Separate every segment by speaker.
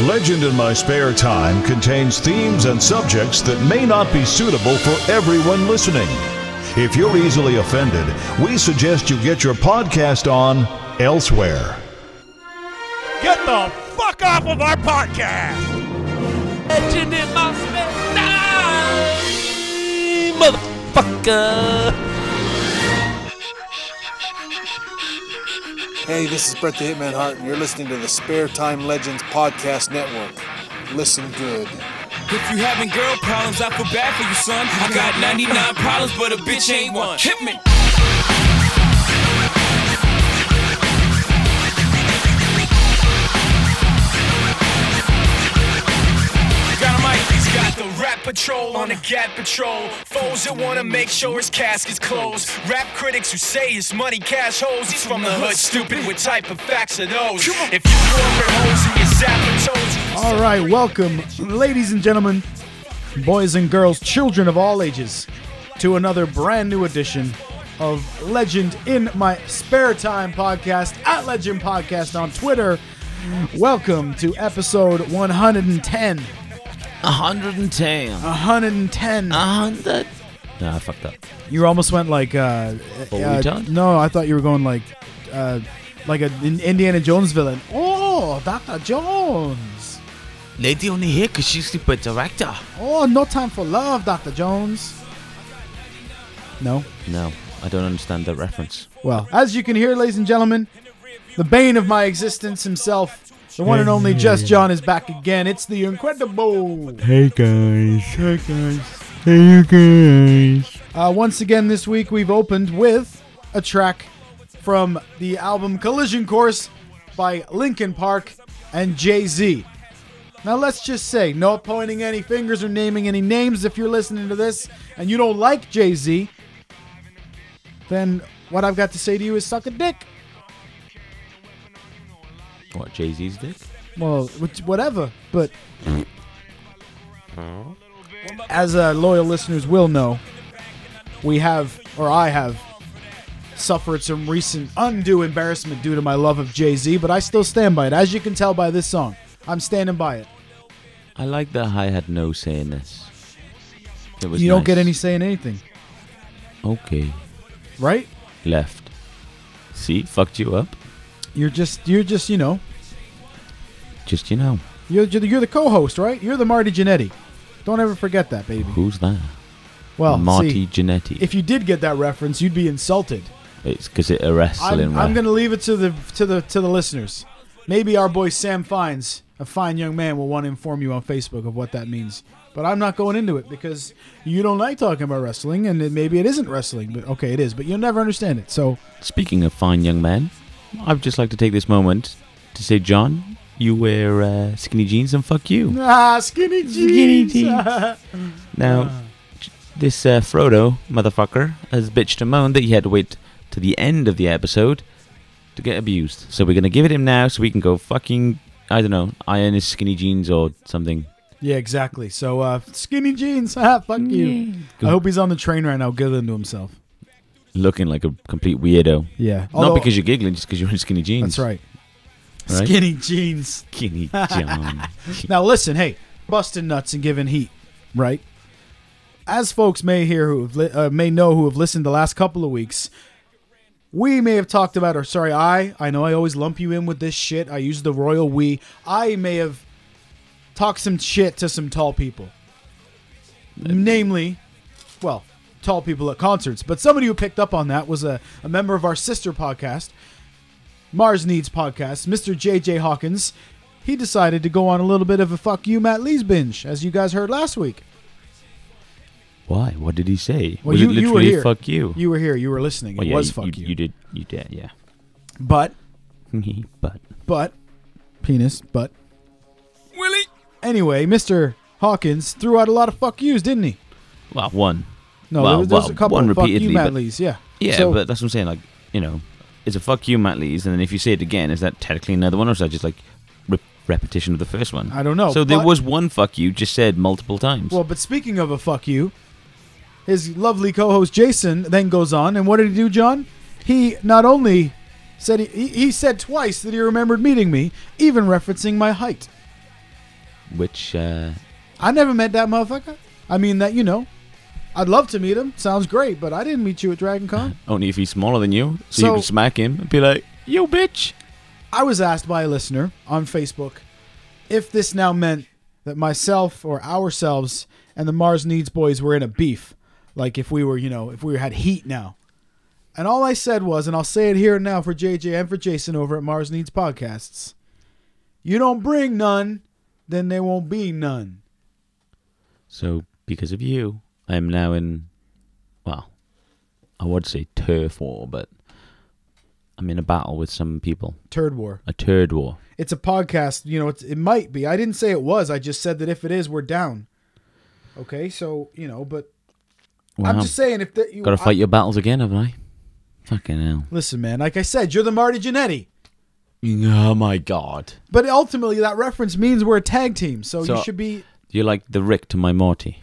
Speaker 1: Legend in My Spare Time contains themes and subjects that may not be suitable for everyone listening. If you're easily offended, we suggest you get your podcast on elsewhere.
Speaker 2: Get the fuck off of our podcast!
Speaker 3: Legend in my spare time, motherfucker.
Speaker 4: Hey, this is Brett the Hitman Hart, and you're listening to the Spare Time Legends Podcast Network. Listen good.
Speaker 5: If you having girl problems, I feel bad for you, son. I got 99 problems, but a bitch ain't one. Hit me. Dynamite's got the Rap Patrol on the Gat Patrol. Foes that wanna make sure his casket's closed. Rap critics who say his money cash holes. He's from the hood, stupid. What type of facts are those? If you corporate hoes and you zapping toes,
Speaker 6: All right, welcome, ladies and gentlemen, boys and girls, children of all ages, to another brand new edition of Legend in My Spare Time podcast at Legend Podcast on Twitter. Welcome to episode 110.
Speaker 3: 110.
Speaker 6: 110.
Speaker 3: Uh, 100. No, I fucked up.
Speaker 6: You almost went like uh, uh,
Speaker 3: done?
Speaker 6: no, I thought you were going like uh, like an Indiana Jones villain. Oh, Dr. Jones.
Speaker 3: Lady only here because she's super director.
Speaker 6: Oh, no time for love, Dr. Jones. No.
Speaker 3: No, I don't understand that reference.
Speaker 6: Well, as you can hear, ladies and gentlemen, the bane of my existence himself, the one and only Just John is back again. It's the incredible.
Speaker 7: Hey guys. Hey guys. Hey you guys.
Speaker 6: Uh, once again, this week we've opened with a track from the album Collision Course by Linkin Park and Jay Z. Now, let's just say, no pointing any fingers or naming any names if you're listening to this and you don't like Jay Z, then what I've got to say to you is suck a dick.
Speaker 3: What, Jay Z's dick?
Speaker 6: Well, which- whatever. But as uh, loyal listeners will know, we have, or I have, suffered some recent undue embarrassment due to my love of Jay Z. But I still stand by it, as you can tell by this song. I'm standing by it.
Speaker 3: I like that I had no say in this. It was
Speaker 6: you don't
Speaker 3: nice.
Speaker 6: get any say in anything,
Speaker 3: Okay,
Speaker 6: right?
Speaker 3: left. See, fucked you up.
Speaker 6: You're just, you're just, you know,
Speaker 3: Just you know,
Speaker 6: you're you're the- you're the co-host, right? You're the Marty Jannetty. Don't ever forget that, baby.
Speaker 3: who's that?
Speaker 6: Well,
Speaker 3: Marty
Speaker 6: see,
Speaker 3: Jannetty.
Speaker 6: if you did get that reference, you'd be insulted.
Speaker 3: it's because it a wrestling.
Speaker 6: I'm, I'm
Speaker 3: ref.
Speaker 6: going to leave it to the to the to the listeners. Maybe our boy Sam Fines, a fine young man, will want to inform you on Facebook of what that means. But I'm not going into it because you don't like talking about wrestling, and it, maybe it isn't wrestling. But okay, it is. But you'll never understand it. So
Speaker 3: Speaking of fine young men, I would just like to take this moment to say, John, you wear uh, skinny jeans and fuck you.
Speaker 6: ah, skinny jeans.
Speaker 3: Skinny jeans. Now, j- this uh, Frodo motherfucker has bitched and moaned that he had to wait to the end of the episode to get abused. So we're gonna give it him now, so we can go fucking I don't know, iron his skinny jeans or something.
Speaker 6: yeah, exactly. So uh, skinny jeans. Ah, fuck you. I hope he's on the train right now, giggling to himself.
Speaker 3: Looking like a complete weirdo.
Speaker 6: Yeah.
Speaker 3: Not because you're giggling, just because you're in skinny jeans.
Speaker 6: That's right.
Speaker 3: Right?
Speaker 6: Skinny jeans.
Speaker 3: Skinny John.
Speaker 6: Now listen, hey, busting nuts and giving heat, right? As folks may hear who have li- uh, may know who have listened the last couple of weeks, we may have talked about, or sorry, I I know I always lump you in with this shit. I use the royal we. I may have talked some shit to some tall people, namely, well, tall people at concerts. But somebody who picked up on that was a, a member of our sister podcast, Mars Needs Podcast, Mr. JJ Hawkins he decided to go on a little bit of a fuck you Matt Lees binge, as you guys heard last week.
Speaker 3: Why? What did he say?
Speaker 6: Well,
Speaker 3: Was
Speaker 6: you,
Speaker 3: it
Speaker 6: you were
Speaker 3: literally
Speaker 6: here.
Speaker 3: fuck you?
Speaker 6: You were here. You were listening.
Speaker 3: Well,
Speaker 6: it
Speaker 3: yeah,
Speaker 6: was
Speaker 3: you,
Speaker 6: fuck you.
Speaker 3: You did. You did. Yeah.
Speaker 6: But,
Speaker 3: but
Speaker 6: but, penis, but.
Speaker 5: Willie.
Speaker 6: Anyway, Mr. Hawkins threw out a lot of fuck yous, didn't he?
Speaker 3: well, one.
Speaker 6: No,
Speaker 3: Well,
Speaker 6: there was, there was
Speaker 3: well,
Speaker 6: a couple
Speaker 3: one
Speaker 6: of fuck you
Speaker 3: repeatedly,
Speaker 6: Matt
Speaker 3: but-
Speaker 6: Lees. Yeah.
Speaker 3: Yeah,
Speaker 6: So-
Speaker 3: but that's what I'm saying. Like, you know, it's a fuck you, Matt Lees, and then if you say it again, is that technically another one, or is that just like re- repetition of the first one?
Speaker 6: I don't know,
Speaker 3: So there
Speaker 6: but-
Speaker 3: was one fuck you just said multiple times.
Speaker 6: Well, but speaking of a fuck you, his lovely co-host Jason then goes on, and what did he do, John? He not only said he, he, he said twice that he remembered meeting me, even referencing my height.
Speaker 3: which uh,
Speaker 6: I never met that motherfucker. I mean that you know. I'd love to meet him. Sounds great, but I didn't meet you at Dragon Con.
Speaker 3: only if he's smaller than you, so,
Speaker 6: So-
Speaker 3: you can smack him and be like, "Yo, bitch."
Speaker 6: I was asked by a listener on Facebook if this now meant that myself or ourselves and the Mars Needs Boys were in a beef. Like if we were, you know, if we had heat now. And all I said was, and I'll say it here and now for JJ and for Jason over at Mars Needs Podcasts you don't bring none, then there won't be none.
Speaker 3: So because of you, I'm now in. Well, I would say turf war, but I'm in a battle with some people.
Speaker 6: Turd War.
Speaker 3: A turd war.
Speaker 6: It's a podcast, you know, it's, it might be. I didn't say it was. I just said that if it is, we're down. Okay, so, you know, but I'm
Speaker 3: Wow.
Speaker 6: just saying if that you
Speaker 3: Got to
Speaker 6: I-
Speaker 3: fight your battles again, haven't I? Fucking hell.
Speaker 6: Listen, man, like I said, you're the Marty Jannetty.
Speaker 3: Oh my god.
Speaker 6: But ultimately, that reference means we're a tag team, so,
Speaker 3: So-
Speaker 6: you should be.
Speaker 3: You're like the Rick to my Morty.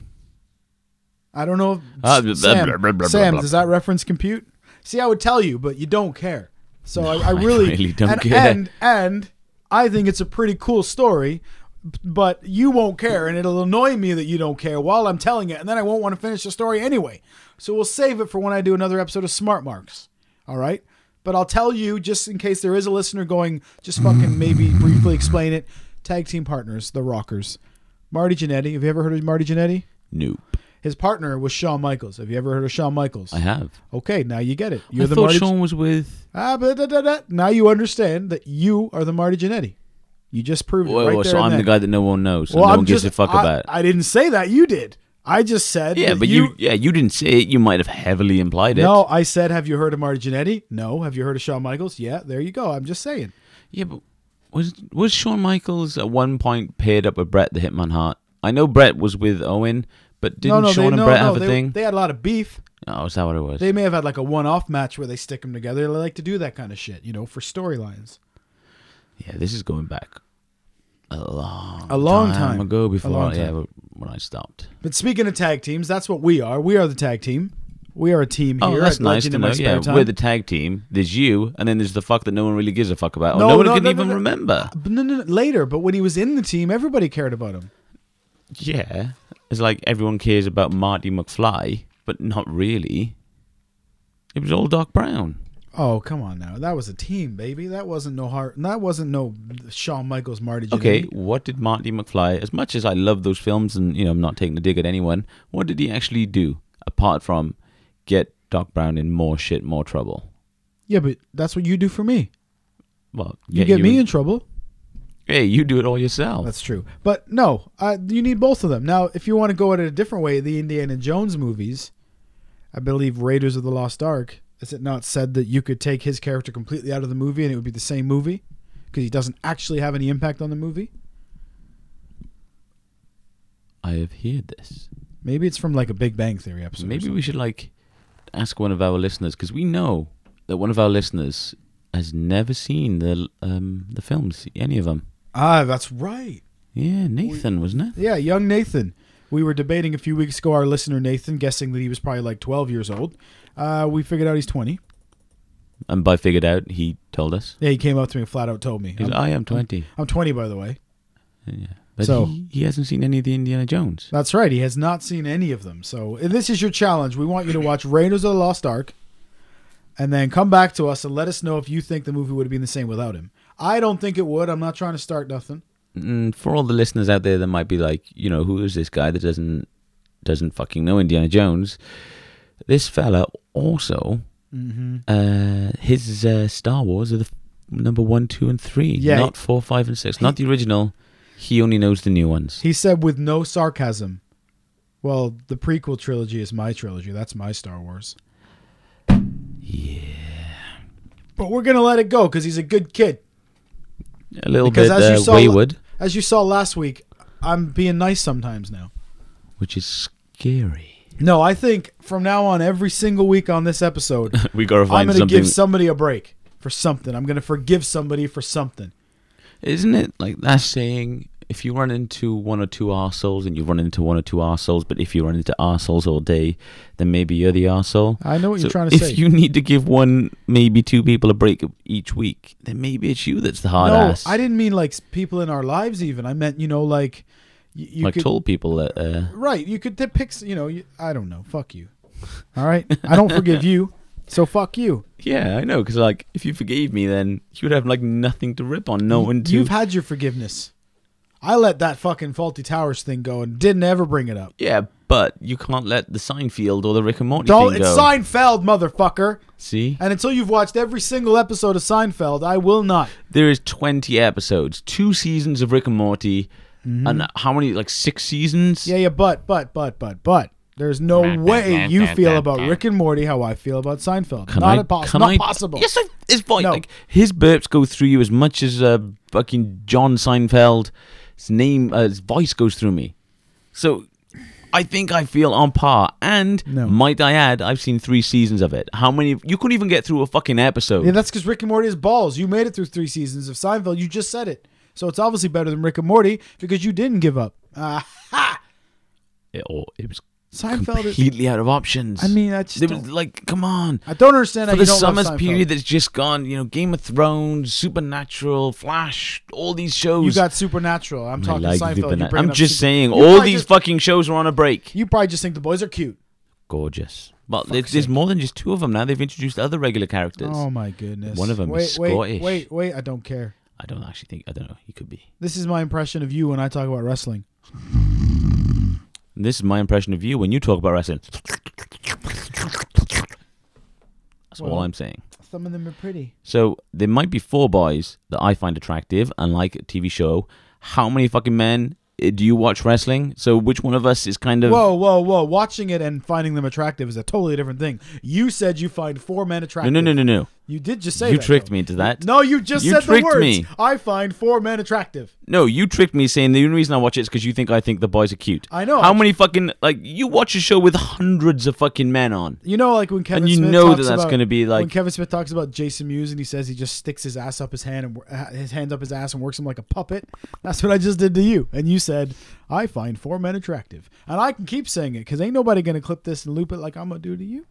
Speaker 6: I don't know. If,
Speaker 3: Ah, blah, blah,
Speaker 6: Sam,
Speaker 3: blah, blah, blah,
Speaker 6: Sam,
Speaker 3: blah.
Speaker 6: does that reference compute? See, I would tell you, but you don't care. So I, I
Speaker 3: I
Speaker 6: really,
Speaker 3: really don't
Speaker 6: and,
Speaker 3: care.
Speaker 6: And and I think it's a pretty cool story, b- but you won't care, and it'll annoy me that you don't care while I'm telling it, and then I won't want to finish the story anyway. So we'll save it for when I do another episode of Smart Marks. All right. But I'll tell you, just in case there is a listener going, just fucking maybe briefly explain it. Tag team partners, the Rockers. Marty Jannetty. Have you ever heard of Marty Jannetty?
Speaker 3: Nope.
Speaker 6: His partner was Shawn Michaels. Have you ever heard of Shawn Michaels?
Speaker 3: I have.
Speaker 6: Okay, now you get it. You're
Speaker 3: I
Speaker 6: the
Speaker 3: thought
Speaker 6: Marty.
Speaker 3: Sean was with.
Speaker 6: Ah, but da, da, da. Now you understand that you are the Marty Jannetty. You just proved
Speaker 3: Whoa,
Speaker 6: it right there.
Speaker 3: so
Speaker 6: and
Speaker 3: I'm the
Speaker 6: then.
Speaker 3: guy that no one knows. So no
Speaker 6: I'm
Speaker 3: one gives
Speaker 6: just-
Speaker 3: a fuck
Speaker 6: I,
Speaker 3: about.
Speaker 6: I didn't say that. You did. I just said.
Speaker 3: yeah,
Speaker 6: that
Speaker 3: but you, yeah, you didn't say it. You might have heavily implied it.
Speaker 6: No, I said, have you heard of Marty Jannetty? No. Have you heard of Shawn Michaels? Yeah. There you go. I'm just saying.
Speaker 3: Yeah, but was was Shawn Michaels at one point paired up with Brett the Hitman Hart? I know Brett was with Owen, but didn't
Speaker 6: no, no,
Speaker 3: Shawn
Speaker 6: they,
Speaker 3: and
Speaker 6: no,
Speaker 3: Brett
Speaker 6: no,
Speaker 3: have a
Speaker 6: they,
Speaker 3: thing?
Speaker 6: They had a lot of beef.
Speaker 3: oh, is that what it was?
Speaker 6: They may have had like a one-off match where they stick them together. They like to do that kind of shit, you know, for storylines.
Speaker 3: yeah, this is going back a long,
Speaker 6: A long time.
Speaker 3: ago
Speaker 6: A
Speaker 3: before
Speaker 6: long
Speaker 3: I, yeah,
Speaker 6: time.
Speaker 3: w- when I stopped.
Speaker 6: But speaking of tag teams, that's what we are. We are the tag team. We are a team here.
Speaker 3: Oh, that's
Speaker 6: at
Speaker 3: nice
Speaker 6: Legend
Speaker 3: to
Speaker 6: in My
Speaker 3: know.
Speaker 6: Spare
Speaker 3: Yeah,
Speaker 6: Time.
Speaker 3: we're the tag team. There's you, and then there's the fuck that no one really gives a fuck about.
Speaker 6: No,
Speaker 3: or no one
Speaker 6: no,
Speaker 3: can
Speaker 6: no, no,
Speaker 3: even
Speaker 6: no.
Speaker 3: remember.
Speaker 6: Uh, But no, no, no, later, but when he was in the team, everybody cared about him.
Speaker 3: Yeah, it's like everyone cares about Marty McFly, but not really. It was all Doc Brown.
Speaker 6: Oh, come on now. That was a team, baby. That wasn't no heart. That wasn't no Shawn Michaels, Marty. Jannetty.
Speaker 3: Okay, what did Marty McFly? As much as I love those films, and you know, I'm not taking a dig at anyone. What did he actually do apart from get Doc Brown in more shit, more trouble?
Speaker 6: Yeah, but that's what you do for me.
Speaker 3: Well,
Speaker 6: You get me in trouble.
Speaker 3: Hey, you do it all yourself.
Speaker 6: That's true. But no, uh, you need both of them. Now, if you want to go at it a different way, the Indiana Jones movies, I believe Raiders of the Lost Ark, is it not said that you could take his character completely out of the movie and it would be the same movie? Because he doesn't actually have any impact on the movie?
Speaker 3: I have heard this.
Speaker 6: Maybe it's from like a Big Bang Theory episode. or
Speaker 3: Maybe
Speaker 6: something.
Speaker 3: we should like ask one of our listeners because we know that one of our listeners has never seen the um the films, any of them.
Speaker 6: Ah, that's right.
Speaker 3: Yeah, Nathan, wasn't it?
Speaker 6: Yeah, young Nathan. We were debating a few weeks ago our listener Nathan, guessing that he was probably like 12 years old. Uh, we figured out he's 20.
Speaker 3: And by figured out, he told us.
Speaker 6: Yeah, he came up to me and flat out told me.
Speaker 3: He's,
Speaker 6: I'm-
Speaker 3: I am 20.
Speaker 6: I'm 20, by the way.
Speaker 3: But
Speaker 6: um, So-
Speaker 3: he, he hasn't seen any of the Indiana Jones.
Speaker 6: That's right. He has not seen any of them. So and this is your challenge. We want you to watch Raiders of the Lost Ark and then come back to us and let us know if you think the movie would have been the same without him. I don't think it would. I'm not trying to start nothing.
Speaker 3: And Mm, for all the listeners out there that might be like, you know, who is this guy that doesn't doesn't fucking know Indiana Jones? This fella also,
Speaker 6: Mm-hmm.
Speaker 3: uh, his uh, Star Wars are the f- number one, two, and three.
Speaker 6: Yeah,
Speaker 3: not four, five, and six. not the original. He only knows the new ones.
Speaker 6: He said with no sarcasm, well, the prequel trilogy is my trilogy. That's my Star Wars. Yeah. But we're going to let it go because he's a good kid.
Speaker 3: A little
Speaker 6: Because
Speaker 3: bit uh, wayward,
Speaker 6: as you saw last week, I'm being nice sometimes now.
Speaker 3: which is scary.
Speaker 6: No, I think from now on, every single week on this episode,
Speaker 3: We gotta
Speaker 6: I'm
Speaker 3: find
Speaker 6: going to
Speaker 3: something.
Speaker 6: give somebody a break for something. I'm going to forgive somebody for something.
Speaker 3: Isn't it like that saying? if you run into one or two arseholes, and you run into one or two arseholes, but if you run into arseholes all day, then maybe you're the arsehole.
Speaker 6: I know what
Speaker 3: So
Speaker 6: you're trying to
Speaker 3: if
Speaker 6: say.
Speaker 3: you need to give one, maybe two people a break each week, then maybe it's you that's the hard
Speaker 6: no,
Speaker 3: ass.
Speaker 6: I didn't mean like s- people in our lives. Even I meant you know like y- you
Speaker 3: like
Speaker 6: could
Speaker 3: tall people that. Uh,
Speaker 6: right. You could depict. You know, you, I don't know. Fuck you. All right, I don't forgive you. So fuck you.
Speaker 3: yeah, I know. Because like, if you forgave me, then you would have like nothing to rip on. No one to.
Speaker 6: You've had your forgiveness. I let that fucking faulty towers thing go and didn't ever bring it up.
Speaker 3: yeah, but you can't let the Seinfeld or the Rick and Morty
Speaker 6: Don't.
Speaker 3: thing
Speaker 6: It's
Speaker 3: go.
Speaker 6: Seinfeld, motherfucker.
Speaker 3: See,
Speaker 6: And until you've watched every single episode of Seinfeld, I will not.
Speaker 3: there is twenty episodes, two seasons of Rick and Morty, and how many? Like six seasons.
Speaker 6: Mm-hmm. Yeah, yeah, but, but, but, but, but. There's no way you feel about Rick and Morty how I feel about Seinfeld.
Speaker 3: Can
Speaker 6: not
Speaker 3: I,
Speaker 6: impossible.
Speaker 3: can
Speaker 6: Not
Speaker 3: I-
Speaker 6: possible.
Speaker 3: Yes, I, it's fine.
Speaker 6: No.
Speaker 3: Like his burps go through you as much as uh, fucking John Seinfeld. His name, uh, his voice goes through me. So I think I feel on par. And
Speaker 6: No.
Speaker 3: might I add, I've seen three seasons of it. How many? You couldn't even get through a fucking episode.
Speaker 6: Yeah, that's because Rick and Morty is balls. You made it through three seasons of Seinfeld. You just said it. So it's obviously better than Rick and Morty because you didn't give up. Ah,
Speaker 3: It- or it was
Speaker 6: Seinfeld is.
Speaker 3: completely out of options.
Speaker 6: I mean, I just
Speaker 3: There was
Speaker 6: don't-
Speaker 3: like, come on.
Speaker 6: I don't understand
Speaker 3: for
Speaker 6: how you
Speaker 3: the
Speaker 6: don't love
Speaker 3: summer's
Speaker 6: Seinfeld.
Speaker 3: period that's just gone, you know, Game of Thrones, Supernatural, Flash, all these shows.
Speaker 6: You got Supernatural. I'm talking
Speaker 3: I like
Speaker 6: Seinfeld.
Speaker 3: the
Speaker 6: You
Speaker 3: banana-
Speaker 6: bringing
Speaker 3: I'm
Speaker 6: up
Speaker 3: just
Speaker 6: Super-
Speaker 3: saying,
Speaker 6: You
Speaker 3: all
Speaker 6: probably
Speaker 3: these
Speaker 6: just-
Speaker 3: fucking shows are on a break.
Speaker 6: You probably just think the boys are cute.
Speaker 3: Gorgeous. Well, there's, there's more than just two of them now. They've introduced other regular characters.
Speaker 6: Oh my goodness.
Speaker 3: One of 'em
Speaker 6: wait,
Speaker 3: is
Speaker 6: Wait,
Speaker 3: Scottish.
Speaker 6: wait, wait. I don't care.
Speaker 3: I don't actually think. I don't know. He could be.
Speaker 6: This is my impression of you when I talk about wrestling.
Speaker 3: And this is my impression of you when you talk about wrestling. That's all
Speaker 6: Well-
Speaker 3: I'm saying.
Speaker 6: Some of them are pretty.
Speaker 3: So there might be four boys that I find attractive and like a TV show. How many fucking men eh, do you watch wrestling? So which one of us is kind of
Speaker 6: Whoa, whoa, whoa. Watching it and finding them attractive is a totally different thing. You said you find four men
Speaker 3: no
Speaker 6: attractive.
Speaker 3: no no no no.
Speaker 6: You did just say
Speaker 3: You
Speaker 6: that,
Speaker 3: tricked
Speaker 6: though.
Speaker 3: me into that.
Speaker 6: No, you just
Speaker 3: You
Speaker 6: said the
Speaker 3: tricked
Speaker 6: words.
Speaker 3: me.
Speaker 6: I find four men attractive.
Speaker 3: No, you tricked me saying the only reason I watch it is because you think I think the boys are cute.
Speaker 6: I know.
Speaker 3: How many fucking like you watch a show with hundreds of fucking men on?
Speaker 6: You know, like when Kevin
Speaker 3: you
Speaker 6: Smith
Speaker 3: know
Speaker 6: talks
Speaker 3: that that's
Speaker 6: about-
Speaker 3: gonna be like-
Speaker 6: when Kevin Smith talks about Jason Mewes and he says he just sticks his ass up his hand and wor- uh, his hand up his ass and works him like a puppet. That's what I just did to you, and you said I find four men attractive, and I can keep saying it because ain't nobody gonna clip this and loop it like I'm gonna do to you.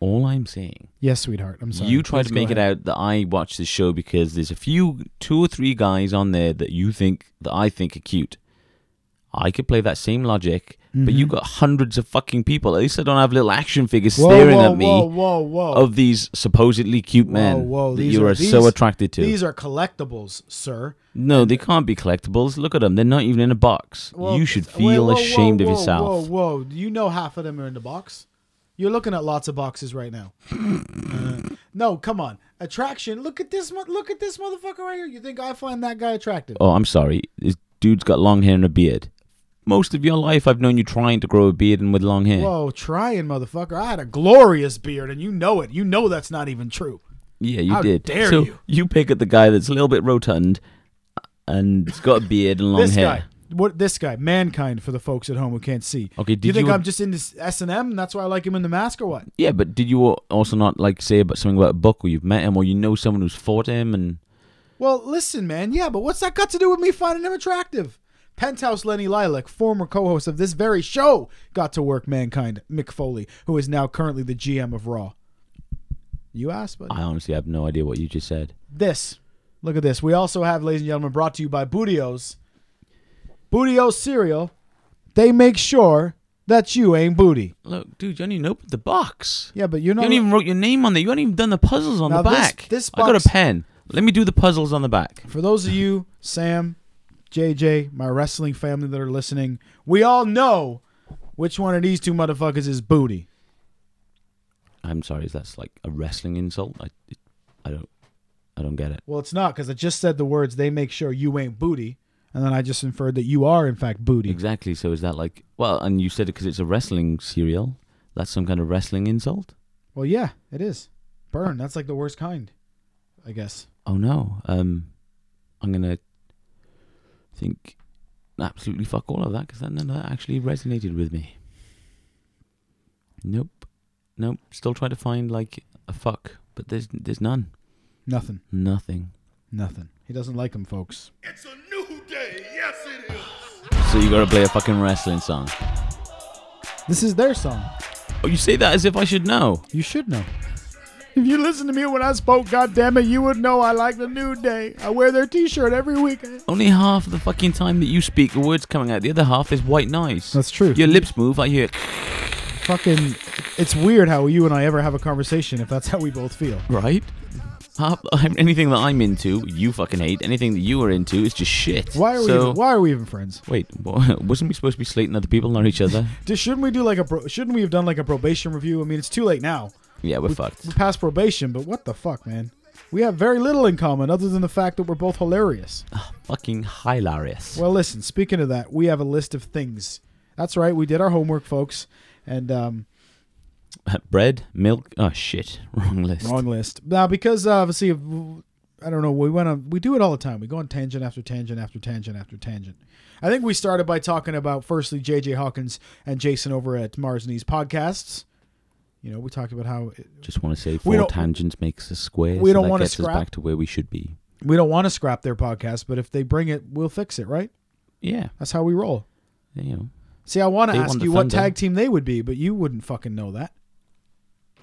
Speaker 3: All I'm saying,
Speaker 6: Yes, sweetheart. I'm sorry.
Speaker 3: you try
Speaker 6: Please
Speaker 3: to
Speaker 6: go
Speaker 3: make it
Speaker 6: ahead.
Speaker 3: out that I watch this show because there's a few, two or three guys on there that you think that I think are cute. I could play that same logic, but you got hundreds of fucking people. At least I don't have little action figures
Speaker 6: Mm-hmm. Whoa,
Speaker 3: staring
Speaker 6: whoa,
Speaker 3: at me
Speaker 6: Whoa, whoa, whoa.
Speaker 3: of these supposedly cute men
Speaker 6: whoa, whoa.
Speaker 3: that
Speaker 6: these
Speaker 3: you are,
Speaker 6: these-
Speaker 3: so attracted to.
Speaker 6: These are collectibles, sir.
Speaker 3: No, they can't be collectibles. Look at them; they're not even in a box.
Speaker 6: Well,
Speaker 3: you should
Speaker 6: wait,
Speaker 3: feel
Speaker 6: whoa, whoa,
Speaker 3: ashamed
Speaker 6: whoa,
Speaker 3: of yourself.
Speaker 6: Whoa, whoa! Do you know half of them are in the box? You're looking at lots of boxes right now. Uh, no, come on. Attraction. Look at this. mo- Look at this motherfucker right here. You think I find that guy attractive?
Speaker 3: Oh, I'm sorry. This dude's got long hair and a beard. Most of your life, I've known you trying to grow a beard and with long hair.
Speaker 6: Whoa, trying motherfucker. I had a glorious beard, and you know it. You know that's not even true.
Speaker 3: yeah, you
Speaker 6: how
Speaker 3: did.
Speaker 6: dare
Speaker 3: so
Speaker 6: you.
Speaker 3: pick at the guy that's a little bit rotund and has got a beard and long
Speaker 6: This
Speaker 3: hair.
Speaker 6: guy. What this guy, mankind, for the folks at home who can't see.
Speaker 3: Okay, did
Speaker 6: you think
Speaker 3: you-
Speaker 6: I'm just in this S and M? That's why I like him in the mask, or what?
Speaker 3: Yeah, but did you al- also not like say about something about a book, or you've met him, or you know someone who's fought him? And
Speaker 6: Well, listen, man. Yeah, but what's that got to do with me finding him attractive? Penthouse Lenny Lilac, former co-host of this very show, got to work mankind Mick Foley, who is now currently the GM of Raw. You asked, but
Speaker 3: I honestly have no idea what you just said.
Speaker 6: this. Look at this. We also have, ladies and gentlemen, brought to you by Bootios. Bootios cereal. They make sure that you ain't booty.
Speaker 3: Look, dude, you haven't even opened the box.
Speaker 6: Yeah, but you're
Speaker 3: You
Speaker 6: not.
Speaker 3: haven't even wrote your name on there. You haven't even done the puzzles on
Speaker 6: Now
Speaker 3: the
Speaker 6: this-
Speaker 3: back.
Speaker 6: this
Speaker 3: I got
Speaker 6: box-
Speaker 3: a pen. Let me do the puzzles on the back.
Speaker 6: For those of you, Sam, JJ, my wrestling family that are listening, we all know which one of these two motherfuckers is booty.
Speaker 3: I'm sorry, is that's like a wrestling insult? I, it- I don't, I don't get it.
Speaker 6: Well, it's not because I just said the words. They make sure you ain't booty, and then I just inferred that you are in fact booty.
Speaker 3: Exactly. So is that like well? And you said it because it's a wrestling serial. That's some kind of wrestling insult.
Speaker 6: Well, yeah, it is. Burn. That's like the worst kind, I guess.
Speaker 3: Oh no. Um, I'm gonna think absolutely fuck all of that because that none of that actually resonated with me. Nope. Nope. Still trying to find like a fuck, but there's there's none.
Speaker 6: Nothing.
Speaker 3: Nothing.
Speaker 6: Nothing. He doesn't like him, folks.
Speaker 2: It's a new
Speaker 8: day. Yes, it is.
Speaker 3: So you gotta play a fucking wrestling song.
Speaker 6: This is their song.
Speaker 3: Oh, you say that as if I should know.
Speaker 6: You should know. If you listened to me when I spoke, goddammit, you would know I like the New Day. I wear their T-shirt every week.
Speaker 3: Only half of the fucking time that you speak, the words coming out. The other half is white noise.
Speaker 6: That's true.
Speaker 3: Your lips move. I hear.
Speaker 6: Fucking, it's weird how you and I ever have a conversation if that's how we both feel.
Speaker 3: Right. Half, I'm- anything that I'm into, you fucking hate. Anything that you are into is just shit.
Speaker 6: Why are we?
Speaker 3: so,
Speaker 6: Even, why are we even friends?
Speaker 3: Wait, wa- wasn't we supposed to be slating other people, not each other?
Speaker 6: Just, shouldn't we do like a? Pro, shouldn't we have done like a probation review? I mean, it's too late now.
Speaker 3: yeah, we're fucked.
Speaker 6: We're past probation, but what the fuck, man? We have very little in common other than the fact that we're both hilarious.
Speaker 3: Ah, Fucking hilarious.
Speaker 6: Well, listen, speaking of that, we have a list of things. That's right, we did our homework, folks, and um,
Speaker 3: Uh, Bread, milk. Oh shit, wrong list.
Speaker 6: wrong list. Now, because uh, obviously, I don't know, we went on, we do it all the time. We go on tangent after tangent after tangent after tangent. I think we started by talking about firstly J.J. Hawkins and Jason over at Mars Knees Podcasts. You know, we talked about how it,
Speaker 3: Just want to say
Speaker 6: We
Speaker 3: four
Speaker 6: don't-
Speaker 3: tangents makes a square.
Speaker 6: we
Speaker 3: so
Speaker 6: don't
Speaker 3: that
Speaker 6: wanna
Speaker 3: gets us
Speaker 6: scrap.
Speaker 3: back to where we should be.
Speaker 6: we don't want to scrap their podcast, but if they bring it, we'll fix it, right?
Speaker 3: Yeah,
Speaker 6: That's how we roll.
Speaker 3: you know,
Speaker 6: See, I want to
Speaker 3: They
Speaker 6: ask
Speaker 3: won the
Speaker 6: you what
Speaker 3: Thunder.
Speaker 6: tag team they would be, but you wouldn't fucking know that.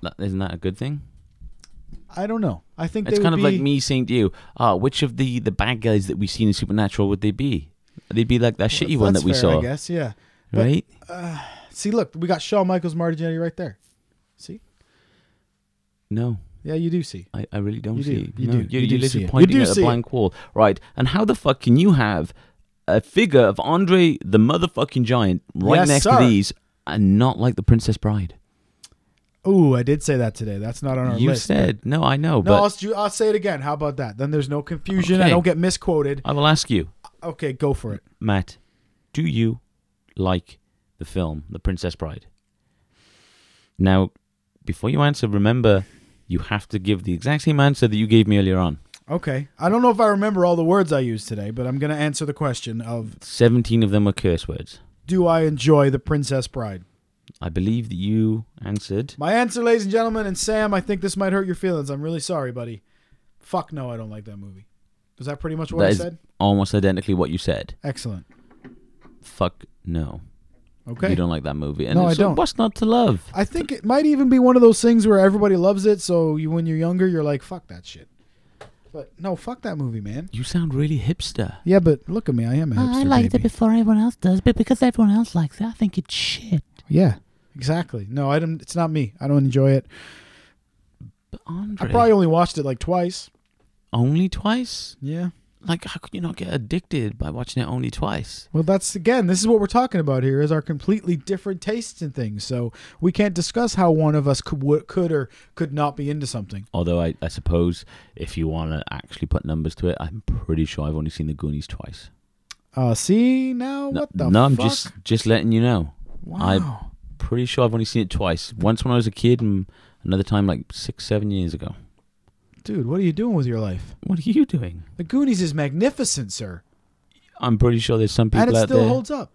Speaker 3: that, isn't that a good thing?
Speaker 6: I don't know. I think
Speaker 3: It's
Speaker 6: they
Speaker 3: kind
Speaker 6: would
Speaker 3: of like
Speaker 6: be-
Speaker 3: me saying to you, "Ah, which of the the bad guys that we seen in Supernatural would they be? They'd be like that shitty one that
Speaker 6: That's
Speaker 3: we
Speaker 6: fair,
Speaker 3: saw,
Speaker 6: I guess, yeah. But
Speaker 3: right?
Speaker 6: see, look, we got Shawn Michaels, Marty Jannetty right there. See?
Speaker 3: No,
Speaker 6: Yeah, you do see.
Speaker 3: I, I really don't
Speaker 6: You do,
Speaker 3: see. it.
Speaker 6: you
Speaker 3: no,
Speaker 6: do,
Speaker 3: you,
Speaker 6: you do see
Speaker 3: literally
Speaker 6: it. You
Speaker 3: pointing
Speaker 6: do
Speaker 3: at a
Speaker 6: see it.
Speaker 3: blank wall, right? And how the fuck can you have a figure of Andre the motherfucking Giant right
Speaker 6: Yes,
Speaker 3: next
Speaker 6: sir.
Speaker 3: to these and not like the Princess Bride?
Speaker 6: Ooh, I did say that today. That's not on our
Speaker 3: you
Speaker 6: list.
Speaker 3: said no, I know,
Speaker 6: No, I'll,
Speaker 3: but
Speaker 6: s- I'll say it again. How about that? Then there's no confusion. I
Speaker 3: Okay. Uh,
Speaker 6: don't get misquoted.
Speaker 3: I will ask you,
Speaker 6: Okay, go for it.
Speaker 3: Matt, do you like the film The Princess Bride? Now, before you answer, remember you have to give the exact same answer that you gave me earlier on.
Speaker 6: Okay. I don't know if I remember all the words I used today, but I'm going to answer the question of
Speaker 3: 17 of them were curse words.
Speaker 6: do I enjoy The Princess Bride?
Speaker 3: I believe that you answered.
Speaker 6: My answer, ladies and gentlemen, and Sam, I think this might hurt your feelings. I'm really sorry, buddy. Fuck no, I don't like that movie. Was that pretty much what
Speaker 3: That
Speaker 6: I
Speaker 3: is
Speaker 6: said?
Speaker 3: almost identically what you said.
Speaker 6: Excellent.
Speaker 3: Fuck no.
Speaker 6: Okay.
Speaker 3: You don't like that movie. And
Speaker 6: No, I
Speaker 3: it's like,
Speaker 6: don't.
Speaker 3: What's not to love?
Speaker 6: I think it might even be one of those things where everybody loves it, so you when you're younger, you're like, fuck that shit. But no, fuck that movie, man.
Speaker 3: You sound really hipster.
Speaker 6: Yeah, but look at me, I am a hipster.
Speaker 9: I liked it
Speaker 6: baby.
Speaker 9: before everyone else does, but because everyone else likes it, I think it's shit.
Speaker 6: Yeah, exactly. No, I don't. It's not me. I don't enjoy it.
Speaker 3: But
Speaker 6: I
Speaker 3: Andre,
Speaker 6: probably only watched it like twice.
Speaker 3: only twice?
Speaker 6: Yeah.
Speaker 3: Like, how could you not get addicted by watching it only twice?
Speaker 6: Well, that's again. This is what we're talking about here: is our completely different tastes in things. So we can't discuss how one of us could would- could or could not be into something.
Speaker 3: Although I, I suppose if you want to actually put numbers to it, I'm pretty sure I've only seen the Goonies twice.
Speaker 6: Uh, see now
Speaker 3: No,
Speaker 6: what the
Speaker 3: no, I'm
Speaker 6: fuck?
Speaker 3: just just letting you know.
Speaker 6: Wow.
Speaker 3: I'm pretty sure I've only seen it twice. Once when I was a kid, and another time like six, seven years ago.
Speaker 6: dude, what are you doing with your life?
Speaker 3: What are you doing?
Speaker 6: The Goonies is magnificent, sir,
Speaker 3: I'm pretty sure there's some people
Speaker 6: and it
Speaker 3: out
Speaker 6: still
Speaker 3: there.
Speaker 6: holds up.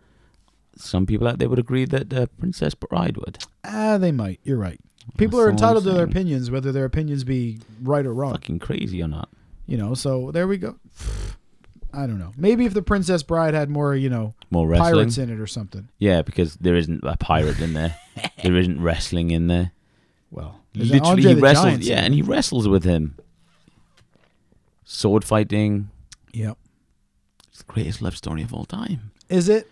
Speaker 3: some people out there would agree that uh, Princess Bride would.
Speaker 6: Ah, they might. You're right. People
Speaker 3: That's
Speaker 6: are
Speaker 3: all I'm
Speaker 6: entitled to their
Speaker 3: saying.
Speaker 6: opinions, whether their opinions be right or wrong.
Speaker 3: Fucking crazy or not?
Speaker 6: You know, so there we go. I don't know. Maybe if the Princess Bride had more, you know,
Speaker 3: More wrestling.
Speaker 6: pirates in it or something.
Speaker 3: Yeah, because there isn't a pirate in there. there isn't wrestling in there.
Speaker 6: Well, there's an
Speaker 3: Literally,
Speaker 6: Andre
Speaker 3: he
Speaker 6: the
Speaker 3: wrestles.
Speaker 6: Giant's
Speaker 3: yeah,
Speaker 6: in
Speaker 3: and
Speaker 6: it.
Speaker 3: he wrestles with him. Sword fighting.
Speaker 6: Yep.
Speaker 3: It's the greatest love story of all time.
Speaker 6: Is it?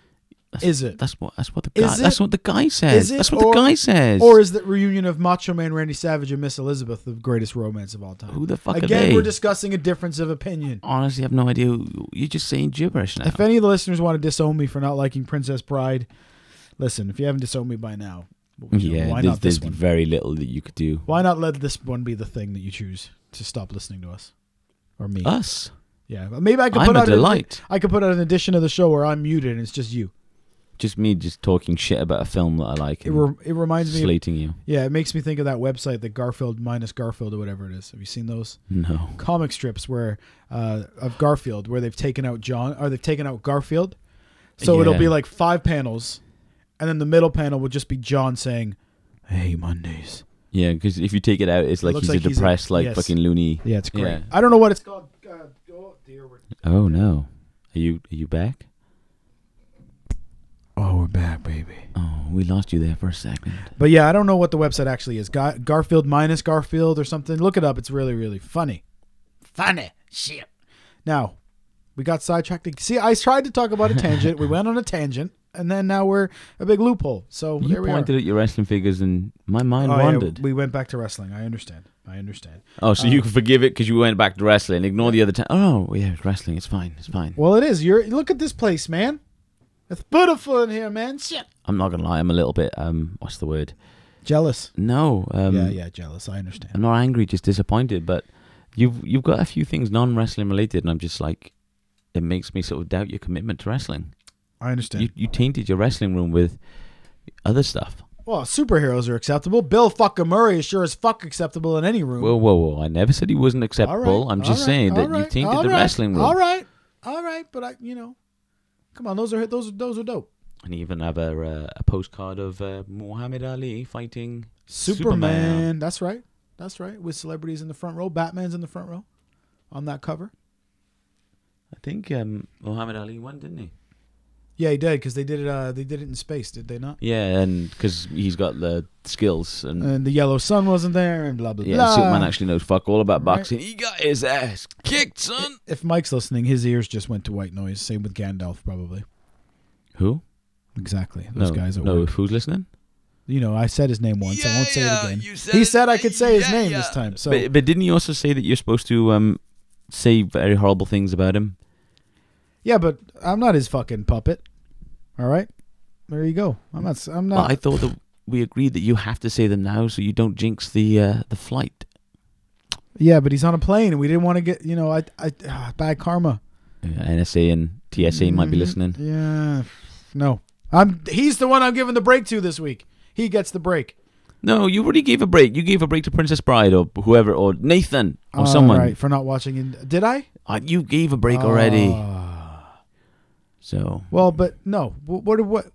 Speaker 3: That's,
Speaker 6: Is it?
Speaker 3: That's what. That's what the
Speaker 6: Is
Speaker 3: guy. That's
Speaker 6: it?
Speaker 3: what the guy says.
Speaker 6: Is it
Speaker 3: That's what
Speaker 6: or-
Speaker 3: the guy says.
Speaker 6: Or is the reunion of Macho Man Randy Savage and Miss Elizabeth the greatest romance of all time?
Speaker 3: Who the fuck are
Speaker 6: Again,
Speaker 3: they?
Speaker 6: we're discussing a difference of opinion.
Speaker 3: honestly, I have no idea. who- You're just saying gibberish now.
Speaker 6: If any of the listeners want to disown me for not liking Princess Bride, listen, if you haven't disowned me by now, you know,
Speaker 3: yeah,
Speaker 6: why
Speaker 3: there's,
Speaker 6: not this
Speaker 3: there's
Speaker 6: one?
Speaker 3: very little that you could do.
Speaker 6: Why not let this one be the thing that you choose to stop listening to us or me?
Speaker 3: Us.
Speaker 6: yeah, but maybe I could
Speaker 3: I'm
Speaker 6: put
Speaker 3: a
Speaker 6: out an-
Speaker 3: delight.
Speaker 6: I could put out an edition of the show where I'm muted and it's just you.
Speaker 3: Just me, just talking shit about a film that I like.
Speaker 6: It
Speaker 3: and
Speaker 6: re- it reminds me. Of,
Speaker 3: slating you.
Speaker 6: yeah, it makes me think of that website, the Garfield minus Garfield or whatever it is. Have you seen those
Speaker 3: No.
Speaker 6: comic strips where uh, of Garfield where they've taken out John or they've taken out Garfield? So it'll
Speaker 3: Yeah.
Speaker 6: be like five panels, and then the middle panel will just be John saying, "Hey Mondays."
Speaker 3: Yeah, because if you take it out, it's like
Speaker 6: looks
Speaker 3: he's
Speaker 6: like
Speaker 3: a
Speaker 6: he's a-
Speaker 3: depressed, like
Speaker 6: yes.
Speaker 3: fucking loony.
Speaker 6: Yeah, it's great.
Speaker 3: Yeah.
Speaker 6: I don't know what it's called. God, oh dear, we're
Speaker 3: Oh no. Are you are you back?
Speaker 6: Oh, we're back, baby.
Speaker 3: Oh, we lost you there for a second.
Speaker 6: But yeah, I don't know what the website actually is. Gar- Garfield minus Garfield or something. Look it up. It's really, really funny. Funny shit. Now, we got sidetracked. See, I tried to talk about a tangent. we went on a tangent, and then now we're a big loophole. So
Speaker 3: You
Speaker 6: there we
Speaker 3: pointed
Speaker 6: are.
Speaker 3: at your wrestling figures, and my mind
Speaker 6: Oh, yeah,
Speaker 3: wandered.
Speaker 6: we Uh, went back to wrestling. I understand. I understand.
Speaker 3: oh, so you can forgive it because you went back to wrestling. Ignore the other time. Oh, yeah, it's wrestling. It's fine. It's fine.
Speaker 6: Well, it is. You're look at this place, man. It's beautiful in here, man. Shit.
Speaker 3: I'm not gonna lie. I'm a little bit. Um, what's the word?
Speaker 6: Jealous.
Speaker 3: No. Um,
Speaker 6: yeah, yeah, jealous. I understand.
Speaker 3: I'm not angry, just disappointed. But you've you've got a few things non wrestling related, and I'm just like, it makes me sort of doubt your commitment to wrestling.
Speaker 6: I understand.
Speaker 3: You you tainted your wrestling room with other stuff.
Speaker 6: well, superheroes are acceptable. Bill fucking Murray is sure as fuck acceptable in any room.
Speaker 3: Whoa, whoa, whoa! I never said he wasn't
Speaker 6: All right,
Speaker 3: acceptable. I'm
Speaker 6: all
Speaker 3: just
Speaker 6: right,
Speaker 3: saying
Speaker 6: all
Speaker 3: that you
Speaker 6: right,
Speaker 3: tainted
Speaker 6: all
Speaker 3: the
Speaker 6: right,
Speaker 3: wrestling room.
Speaker 6: All right, all right, but I, you know, come on, those are those are those are dope.
Speaker 3: And even have a uh, a postcard of uh, Muhammad Ali fighting
Speaker 6: Superman.
Speaker 3: Superman.
Speaker 6: That's right. That's right. With celebrities in the front row, Batman's in the front row on that cover.
Speaker 3: I think um, Muhammad Ali won, didn't he?
Speaker 6: Yeah, he did because they did it. Uh, they did it in space, did they not?
Speaker 3: Yeah, and because he's got the skills and.
Speaker 6: And the yellow sun wasn't there, and blah blah
Speaker 3: yeah,
Speaker 6: blah.
Speaker 3: Superman actually knows fuck all about
Speaker 6: Right.
Speaker 3: boxing. He got his ass kicked, son.
Speaker 6: If Mike's listening, his ears just went to white noise. Same with Gandalf, probably.
Speaker 3: Who?
Speaker 6: Exactly. Those
Speaker 3: no,
Speaker 6: guys. At
Speaker 3: No,
Speaker 6: work.
Speaker 3: who's listening?
Speaker 6: You know, I said his name once. I won't say it
Speaker 5: Yeah,
Speaker 6: again.
Speaker 5: you said
Speaker 6: he
Speaker 5: it.
Speaker 6: said I could say his
Speaker 5: Yeah,
Speaker 6: name
Speaker 5: yeah.
Speaker 6: this time. So
Speaker 3: But, but didn't you also say that you're supposed to um, say very horrible things about him?
Speaker 6: Yeah, but I'm not his fucking puppet. All right, there you go. I'm not. I'm not.
Speaker 3: Well, I thought that we agreed that you have to say them now, so you don't jinx the uh, the flight.
Speaker 6: yeah, but he's on a plane, and we didn't want to get. You know, I. I ah, bad karma. Mm-hmm.
Speaker 3: Uh, NSA and TSA might be listening.
Speaker 6: Yeah. No. I'm. He's the one I'm giving the break to this week. He gets the break.
Speaker 3: No, you already gave a break. You gave a break to Princess Bride or whoever or Nathan or
Speaker 6: All
Speaker 3: Oh, someone.
Speaker 6: Oh, right, for not watching. In, did I? Ah.
Speaker 3: Uh, you gave a break already.
Speaker 6: Oh.
Speaker 3: So
Speaker 6: Well, but no. What? What? what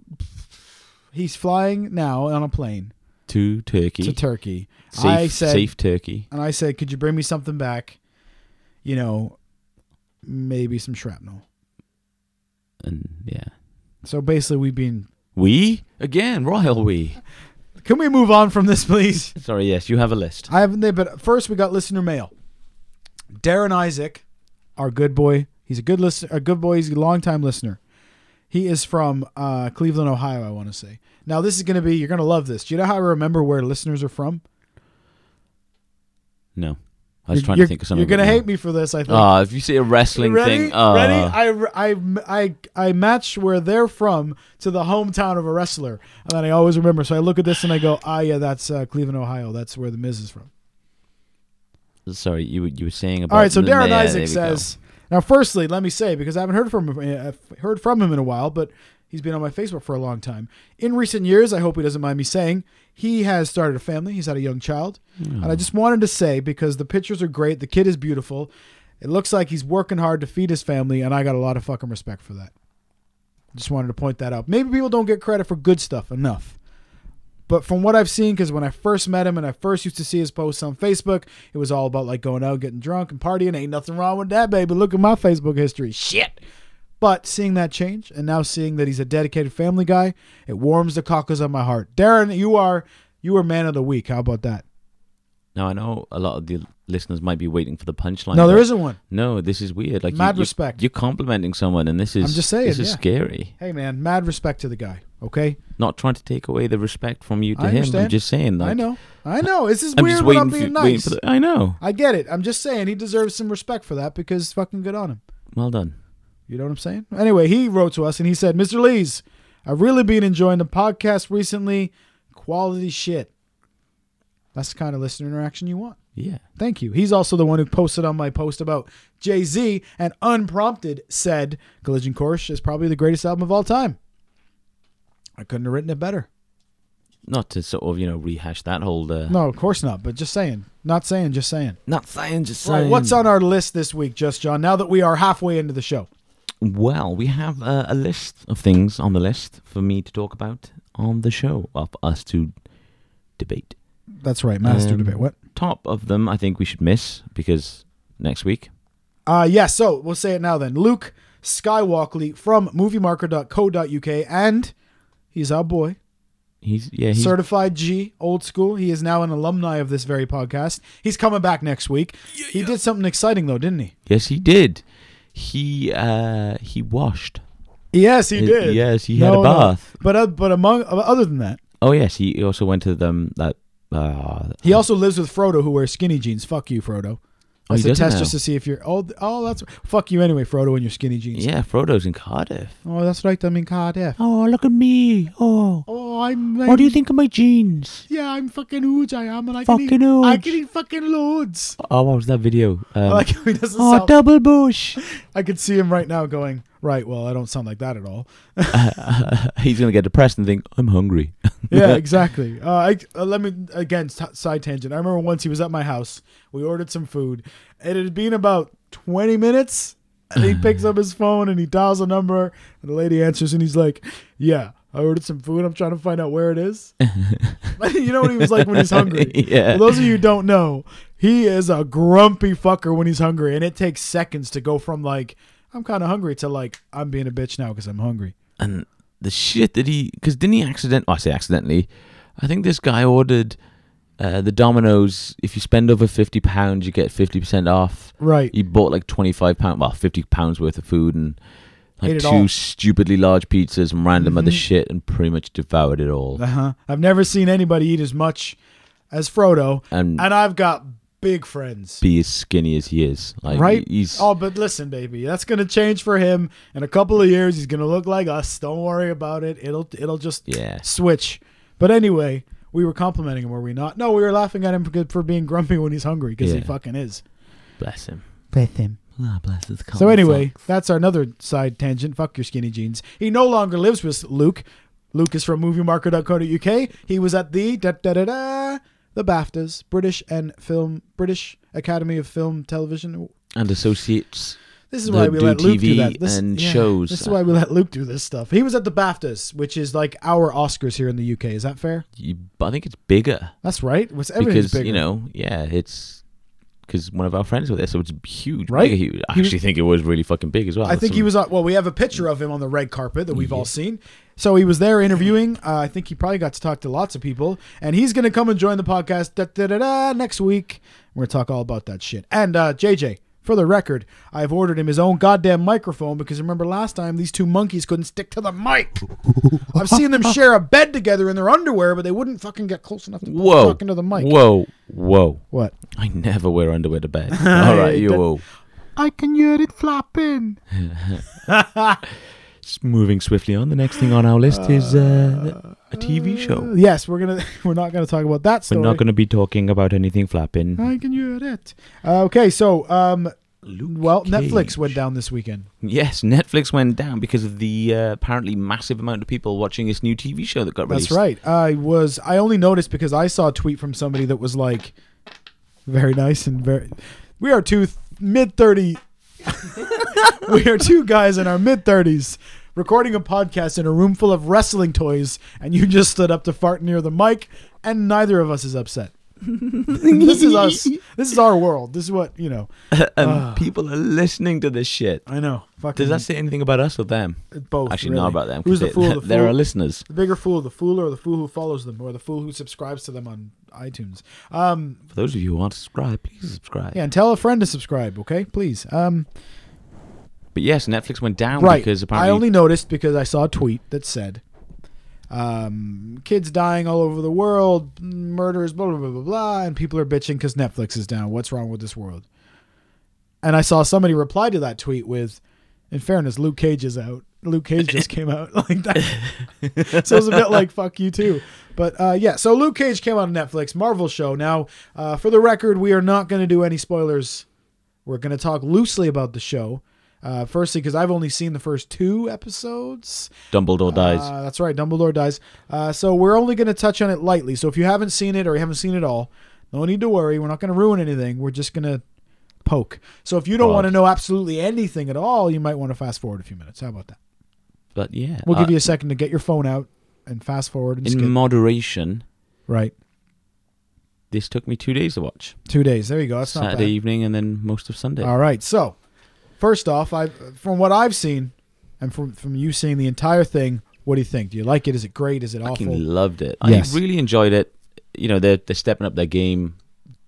Speaker 6: he's flying now on a plane
Speaker 3: to Turkey,
Speaker 6: to Turkey.
Speaker 3: safe,
Speaker 6: I said,
Speaker 3: safe Turkey.
Speaker 6: and I said, could you bring me something back? You know, maybe some shrapnel.
Speaker 3: And yeah,
Speaker 6: So basically, we've been
Speaker 3: we again, royal we.
Speaker 6: Can we move on from this, please?
Speaker 3: Sorry, yes, you have a list.
Speaker 6: I haven't, but first we got listener mail. Darren Isaac, our good boy. He's a good listener. A good boy. He's a longtime listener. He is from uh, Cleveland, Ohio. I want to say. Now this is going to be. You're going to love this. Do you know how I remember where listeners are from?
Speaker 3: No, I was
Speaker 6: You're-
Speaker 3: trying
Speaker 6: you're,
Speaker 3: to think of something.
Speaker 6: You're going to
Speaker 3: but no.
Speaker 6: hate me for this. I think.
Speaker 3: Ah, if you see a wrestling
Speaker 6: ready?
Speaker 3: thing, ah,
Speaker 6: ready? I, I, I, I match where they're from to the hometown of a wrestler, and then I always remember. So I look at this and I go, Ah, yeah, that's uh, Cleveland, Ohio. That's where the Miz is from.
Speaker 3: sorry, you were- you were saying about.
Speaker 6: All right, so
Speaker 3: the-
Speaker 6: Darren
Speaker 3: yeah, there we
Speaker 6: Isaac
Speaker 3: go.
Speaker 6: says. Now, firstly, let me say because I haven't heard from him, uh, heard from him in a while, but he's been on my Facebook for a long time. In recent years, I hope he doesn't mind me saying he has started a family. He's had a young child, and
Speaker 3: Oh.
Speaker 6: I just wanted to say because the pictures are great, the kid is beautiful. It looks like he's working hard to feed his family, and I got a lot of fucking respect for that. Just wanted to point that out. Maybe people don't get credit for good stuff enough. But from what I've seen, because when I first met him and I first used to see his posts on Facebook, it was all about like going out, getting drunk, and partying. Ain't nothing wrong with that, baby. Look at my Facebook history. Shit. But seeing that change and now seeing that he's a dedicated family guy, it warms the cockles of my heart. Darren, you are you are man of the week. How about that?
Speaker 3: Now I know a lot of the listeners might be waiting for the punchline.
Speaker 6: No, there
Speaker 3: but
Speaker 6: isn't one.
Speaker 3: No, this is weird. Like you-
Speaker 6: Mad
Speaker 3: you,
Speaker 6: respect.
Speaker 3: You're complimenting someone, and this is.
Speaker 6: I'm just saying,
Speaker 3: This is
Speaker 6: yeah.
Speaker 3: scary.
Speaker 6: Hey man, mad respect to the guy. Okay,
Speaker 3: Not trying to take away the respect from you to
Speaker 6: I
Speaker 3: him.
Speaker 6: understand.
Speaker 3: I'm just saying. Like,
Speaker 6: I know, I know. It's just
Speaker 3: I'm
Speaker 6: weird
Speaker 3: just
Speaker 6: when
Speaker 3: waiting
Speaker 6: I'm
Speaker 3: for,
Speaker 6: being
Speaker 3: waiting
Speaker 6: nice.
Speaker 3: for the, I know.
Speaker 6: I get it. I'm just saying he deserves some respect for that because fucking good on him.
Speaker 3: Well done.
Speaker 6: You know what I'm saying? Anyway, he wrote to us and he said, Mr. Lees, I've really been enjoying the podcast recently. Quality shit. That's the kind of listener interaction you want.
Speaker 3: Yeah.
Speaker 6: Thank you. He's also the one who posted on my post about Jay Z and unprompted said Collision Course is probably the greatest album of all time. I couldn't have written it better.
Speaker 3: Not to sort of you know rehash that whole. Uh,
Speaker 6: No, of course not, but just saying. Not saying, just saying.
Speaker 3: Not saying, just
Speaker 6: Right,
Speaker 3: saying.
Speaker 6: what's on our list this week, Just John, now that we are halfway into the show?
Speaker 3: Well, we have uh, a list of things on the list for me to talk about on the show, of us to debate.
Speaker 6: That's right, Master
Speaker 3: Um,
Speaker 6: Debate. What?
Speaker 3: Top of them, I think we should miss because next week.
Speaker 6: Uh yeah, so we'll say it now then. Luke Skywalkley from moviemarker.co.uk, and he's our boy,
Speaker 3: He's yeah. He's,
Speaker 6: certified G, old school. He is now an alumni of this very podcast. He's coming back next week. He did something exciting though, didn't he?
Speaker 3: yes, he did. He uh he washed.
Speaker 6: Yes, he
Speaker 3: Uh,
Speaker 6: did.
Speaker 3: yes, he had a bath.
Speaker 6: But uh, but among uh, other than that,
Speaker 3: Oh yes, he also went to them that. Uh,
Speaker 6: he also lives with Frodo, who wears skinny jeans. Fuck you, Frodo.
Speaker 3: Oh, he
Speaker 6: That's a
Speaker 3: does
Speaker 6: test
Speaker 3: now.
Speaker 6: just to see if you're. Oh, oh, that's fuck you anyway, Frodo, and your skinny jeans.
Speaker 3: yeah, Frodo's in Cardiff.
Speaker 6: Oh, that's right. I'm in Cardiff.
Speaker 9: Oh, look at me. Oh.
Speaker 6: Oh, I'm.
Speaker 9: What do you think of my jeans?
Speaker 6: Yeah, I'm fucking huge. I am, and I can
Speaker 9: Fucking
Speaker 6: eat. I
Speaker 9: huge.
Speaker 6: can eat fucking loads.
Speaker 3: Oh, what was that video? Um,
Speaker 6: like he doesn't
Speaker 9: Oh,
Speaker 6: sound.
Speaker 9: double bush.
Speaker 6: I could see him right now going. Right. Well, I don't sound like that at all.
Speaker 3: he's gonna get depressed and think I'm hungry.
Speaker 6: yeah, exactly. Uh, I, uh, let me again t- side tangent. I remember once he was at my house. We ordered some food. and It had been about twenty minutes, and he picks up his phone and he dials a number, and the lady answers, and he's like, "Yeah, I ordered some food. I'm trying to find out where it is." you know what he was like when he's hungry.
Speaker 3: Yeah.
Speaker 6: For those of you who don't know, he is a grumpy fucker when he's hungry, and it takes seconds to go from like I'm kind of hungry to like I'm being a bitch now because I'm hungry.
Speaker 3: and the shit that he because didn't he accident? oh, I say accidentally. I think this guy ordered uh, the Domino's. If you spend over fifty pounds, you get fifty percent off.
Speaker 6: Right.
Speaker 3: He bought like twenty five pound, well, fifty pounds worth of food and
Speaker 6: Ate
Speaker 3: like
Speaker 6: it
Speaker 3: two
Speaker 6: all. Mm-hmm.
Speaker 3: stupidly large pizzas and random other shit, and pretty much devoured it all.
Speaker 6: Uh-huh. I've never seen anybody eat as much as Frodo,
Speaker 3: And-
Speaker 6: and I've got big friends.
Speaker 3: Be as skinny as he is, like
Speaker 6: Right?
Speaker 3: He's
Speaker 6: Oh, but listen, baby, that's gonna change for him in a couple of years. He's gonna look like us. Don't worry about it. It'll it'll just
Speaker 3: Yeah.
Speaker 6: switch. But anyway, we were complimenting him, were we not? No, we were laughing at him for, for being grumpy when he's hungry because he
Speaker 3: Yeah.
Speaker 6: fucking is.
Speaker 3: bless him.
Speaker 9: Breath him.
Speaker 3: Ah, bless his common
Speaker 6: So anyway,
Speaker 3: sense.
Speaker 6: that's our another side tangent. Fuck your skinny jeans. He no longer lives with Luke. Luke is from moviemarker.co.uk. He was at the da, da, da, da, the BAFTAs, British and Film British Academy of Film Television.
Speaker 3: and associates.
Speaker 6: This is
Speaker 3: The
Speaker 6: why we
Speaker 3: do
Speaker 6: let Luke do
Speaker 3: TV
Speaker 6: that. This,
Speaker 3: and shows.
Speaker 6: This is why we let Luke do this stuff. He was at the BAFTAs, which is like our Oscars here in the UK. Is that fair?
Speaker 3: You, I think it's bigger.
Speaker 6: That's right. What's everything's
Speaker 3: because
Speaker 6: bigger.
Speaker 3: you know, yeah, it's because one of our friends was there, so it's huge,
Speaker 6: Right?
Speaker 3: mega huge. I
Speaker 6: He was-
Speaker 3: actually think it was really fucking big as well.
Speaker 6: I think he
Speaker 3: Some-
Speaker 6: was on. Well, we have a picture of him on the red carpet that we've all seen. So he was there interviewing. Uh, I think he probably got to talk to lots of people, and he's going to come and join the podcast da, da, da, da, next week. We're going to talk all about that shit. And uh, JJ, for the record, I've ordered him his own goddamn microphone because remember last time these two monkeys couldn't stick to the mic. I've seen them share a bed together in their underwear, but they wouldn't fucking get close enough to
Speaker 3: whoa,
Speaker 6: talk into the mic.
Speaker 3: Whoa, whoa!
Speaker 6: What?
Speaker 3: I never wear underwear to bed. all right, you
Speaker 6: that-
Speaker 3: all.
Speaker 6: I can hear it flapping.
Speaker 3: S- Moving swiftly on, the next thing on our list is uh, a TV show.
Speaker 6: Yes, we're gonna. We're not gonna talk about that
Speaker 3: We're
Speaker 6: story. Hmm.
Speaker 3: not going to be talking about anything flapping.
Speaker 6: I can hear it. Uh, okay, so um,
Speaker 3: Luke
Speaker 6: well,
Speaker 3: Cage.
Speaker 6: Netflix went down this weekend.
Speaker 3: Yes, Netflix went down because of the uh, apparently massive amount of people watching this new TV show that got released.
Speaker 6: That's right. I was. I only noticed because I saw a tweet from somebody that was like, "Very nice and very." We are two th- mid thirty. we are two guys in our mid thirties recording a podcast in a room full of wrestling toys, and you just stood up to fart near the mic, and neither of us is upset. this is us. This is our world. This is what you know.
Speaker 3: and
Speaker 6: Ah.
Speaker 3: people are listening to this shit.
Speaker 6: I know. Fucking
Speaker 3: Does that say anything about us or them?
Speaker 6: Mm. Uh, both.
Speaker 3: Actually,
Speaker 6: really.
Speaker 3: not about them.
Speaker 6: Who's
Speaker 3: 'cause
Speaker 6: the
Speaker 3: they-
Speaker 6: fool? The
Speaker 3: they're
Speaker 6: fool?
Speaker 3: our listeners.
Speaker 6: The bigger fool, the fool or the fool who follows them, or the fool who subscribes to them on iTunes. Um,
Speaker 3: For those of you who aren't subscribed, please subscribe.
Speaker 6: yeah, and tell a friend to subscribe, okay? Please. Um,
Speaker 3: But yes, Netflix went down
Speaker 6: right.
Speaker 3: because apparently
Speaker 6: I only noticed because I saw a tweet that said, um, "Kids dying all over the world, murders, blah blah blah blah blah," and people are bitching because Netflix is down. What's wrong with this world? And I saw somebody reply to that tweet with, "In fairness, Luke Cage is out. Luke Cage just came out like that." so it's a bit like fuck you too. But uh, yeah, so Luke Cage came on Netflix, Marvel show. Now, uh, for the record, we are not going to do any spoilers. We're going to talk loosely about the show. Uh, firstly, because I've only seen the first two episodes.
Speaker 3: Dumbledore dies.
Speaker 6: Uh, that's right, Dumbledore dies. Uh, so we're only going to touch on it lightly. So if you haven't seen it or you haven't seen it all, no need to worry. We're not going to ruin anything. We're just going to poke. So if you don't
Speaker 3: Right.
Speaker 6: want to know absolutely anything at all, you might want to fast forward a few minutes. How about that?
Speaker 3: But yeah,
Speaker 6: We'll
Speaker 3: uh,
Speaker 6: give you a second to get your phone out and fast forward and
Speaker 3: in
Speaker 6: skip.
Speaker 3: moderation.
Speaker 6: right.
Speaker 3: This took me two days to watch.
Speaker 6: Two days. There you go. That's
Speaker 3: Saturday
Speaker 6: not
Speaker 3: evening and then most of Sunday.
Speaker 6: bad. All right. So First off, I from what I've seen, and from from you seeing the entire thing, what do you think? Do you like it? Is it great? Is it
Speaker 3: fucking
Speaker 6: awful?
Speaker 3: loved it.
Speaker 6: Yes.
Speaker 3: I really enjoyed it. You know, they're they're stepping up their game.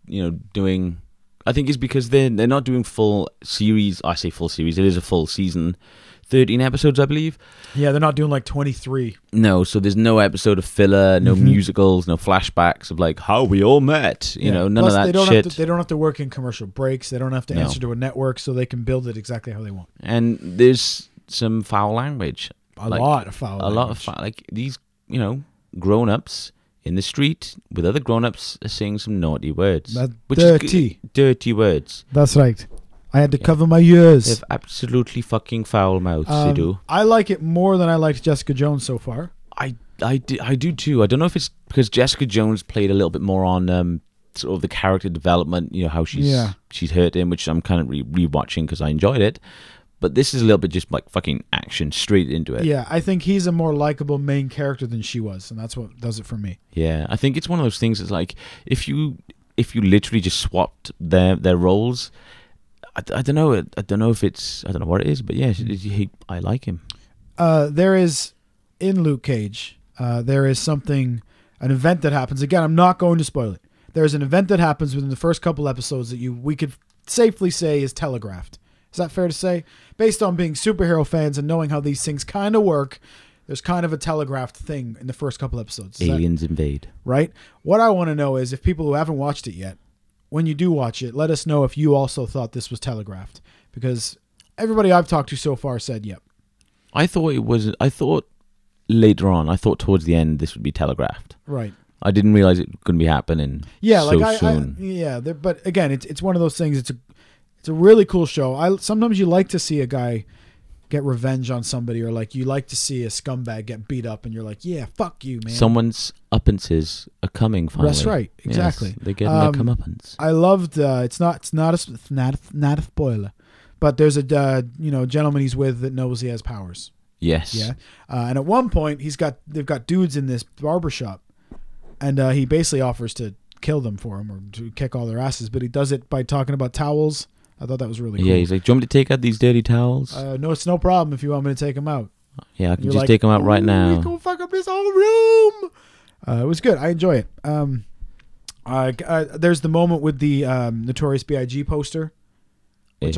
Speaker 3: You know, doing. I think it's because they're they're not doing full series. I say full series. It is a full season, thirteen episodes, I believe.
Speaker 6: Yeah, they're not doing like twenty three.
Speaker 3: No, so there's no episode of filler,
Speaker 6: Mm-hmm.
Speaker 3: no musicals, no flashbacks of like how we all met. You know, none
Speaker 6: Plus,
Speaker 3: of that
Speaker 6: they don't
Speaker 3: shit.
Speaker 6: Have to, they don't have to work in commercial breaks. They don't have to
Speaker 3: No.
Speaker 6: answer to a network, so they can build it exactly how they want.
Speaker 3: and there's some foul language.
Speaker 6: A lot of foul.
Speaker 3: a lot of
Speaker 6: language.
Speaker 3: fun. Like these, you know, grown ups in the street with other grown ups are saying some naughty words.
Speaker 6: That
Speaker 3: is
Speaker 6: dirty.
Speaker 3: g- dirty words.
Speaker 6: That's right. I had to cover my ears.
Speaker 3: They have absolutely fucking foul mouths. they
Speaker 6: Um,
Speaker 3: do.
Speaker 6: I like it more than I liked Jessica Jones so far.
Speaker 3: I, I, do, I do too. I don't know if it's because Jessica Jones played a little bit more on um, sort of the character development. You know how she's
Speaker 6: Yeah.
Speaker 3: she's hurt him, which I'm kind of re- rewatching because I enjoyed it. But this is a little bit just like fucking action straight into it.
Speaker 6: Yeah, I think he's a more likable main character than she was, and that's what does it for me.
Speaker 3: Yeah, I think it's one of those things. It's like if you if you literally just swapped their their roles. I, d- I don't know. I don't know if it's I don't know what it is, but yeah, he, he- I like him.
Speaker 6: Uh, there is in Luke Cage, uh, there is something, an event that happens. Again, I'm not going to spoil it. There is an event that happens within the first couple episodes that you we could safely say is telegraphed. Is that fair to say? Based on being superhero fans and knowing how these things kind of work, there's kind of a telegraphed thing in the first couple episodes. Is that-
Speaker 3: Aliens invade.
Speaker 6: right? What I want to know is if people who haven't watched it yet, when you do watch it, let us know if you also thought this was telegraphed because everybody I've talked to so far said, "Yep."
Speaker 3: I thought it was. I thought later on. I thought towards the end this would be telegraphed.
Speaker 6: Right.
Speaker 3: I didn't realize it was going to be happening.
Speaker 6: Yeah,
Speaker 3: so
Speaker 6: like I,
Speaker 3: soon.
Speaker 6: I yeah, there- but again, it's it's one of those things. It's a it's a really cool show. I sometimes you like to see a guy get revenge on somebody or like you like to see a scumbag get beat up and you're like, "Yeah, fuck you, man."
Speaker 3: Someone's uppances are coming finally.
Speaker 6: That's right,
Speaker 3: Yes,
Speaker 6: exactly.
Speaker 3: they're getting
Speaker 6: Um,
Speaker 3: their comeuppance.
Speaker 6: I loved. Uh, it's not. It's not a. sp- It's not. A, not a spoiler. But there's a uh, you know gentleman he's with that knows he has powers.
Speaker 3: Yes.
Speaker 6: Yeah. Uh, and at one point, he's got they've got dudes in this barber shop, and uh, he basically offers to kill them for him or to kick all their asses, but he does it by talking about towels. I thought that was really cool.
Speaker 3: Yeah. He's like, "Do you want me to take out these dirty towels?
Speaker 6: uh, no, it's no problem if you want me to take him out.
Speaker 3: yeah, I can
Speaker 6: You're
Speaker 3: just
Speaker 6: like,
Speaker 3: take them out right
Speaker 6: "Ooh,
Speaker 3: now."
Speaker 6: We gonna fuck up this whole room. Uh, it was good. I enjoy it. Um, I- I- there's the moment with the um, Notorious B.I.G. poster. which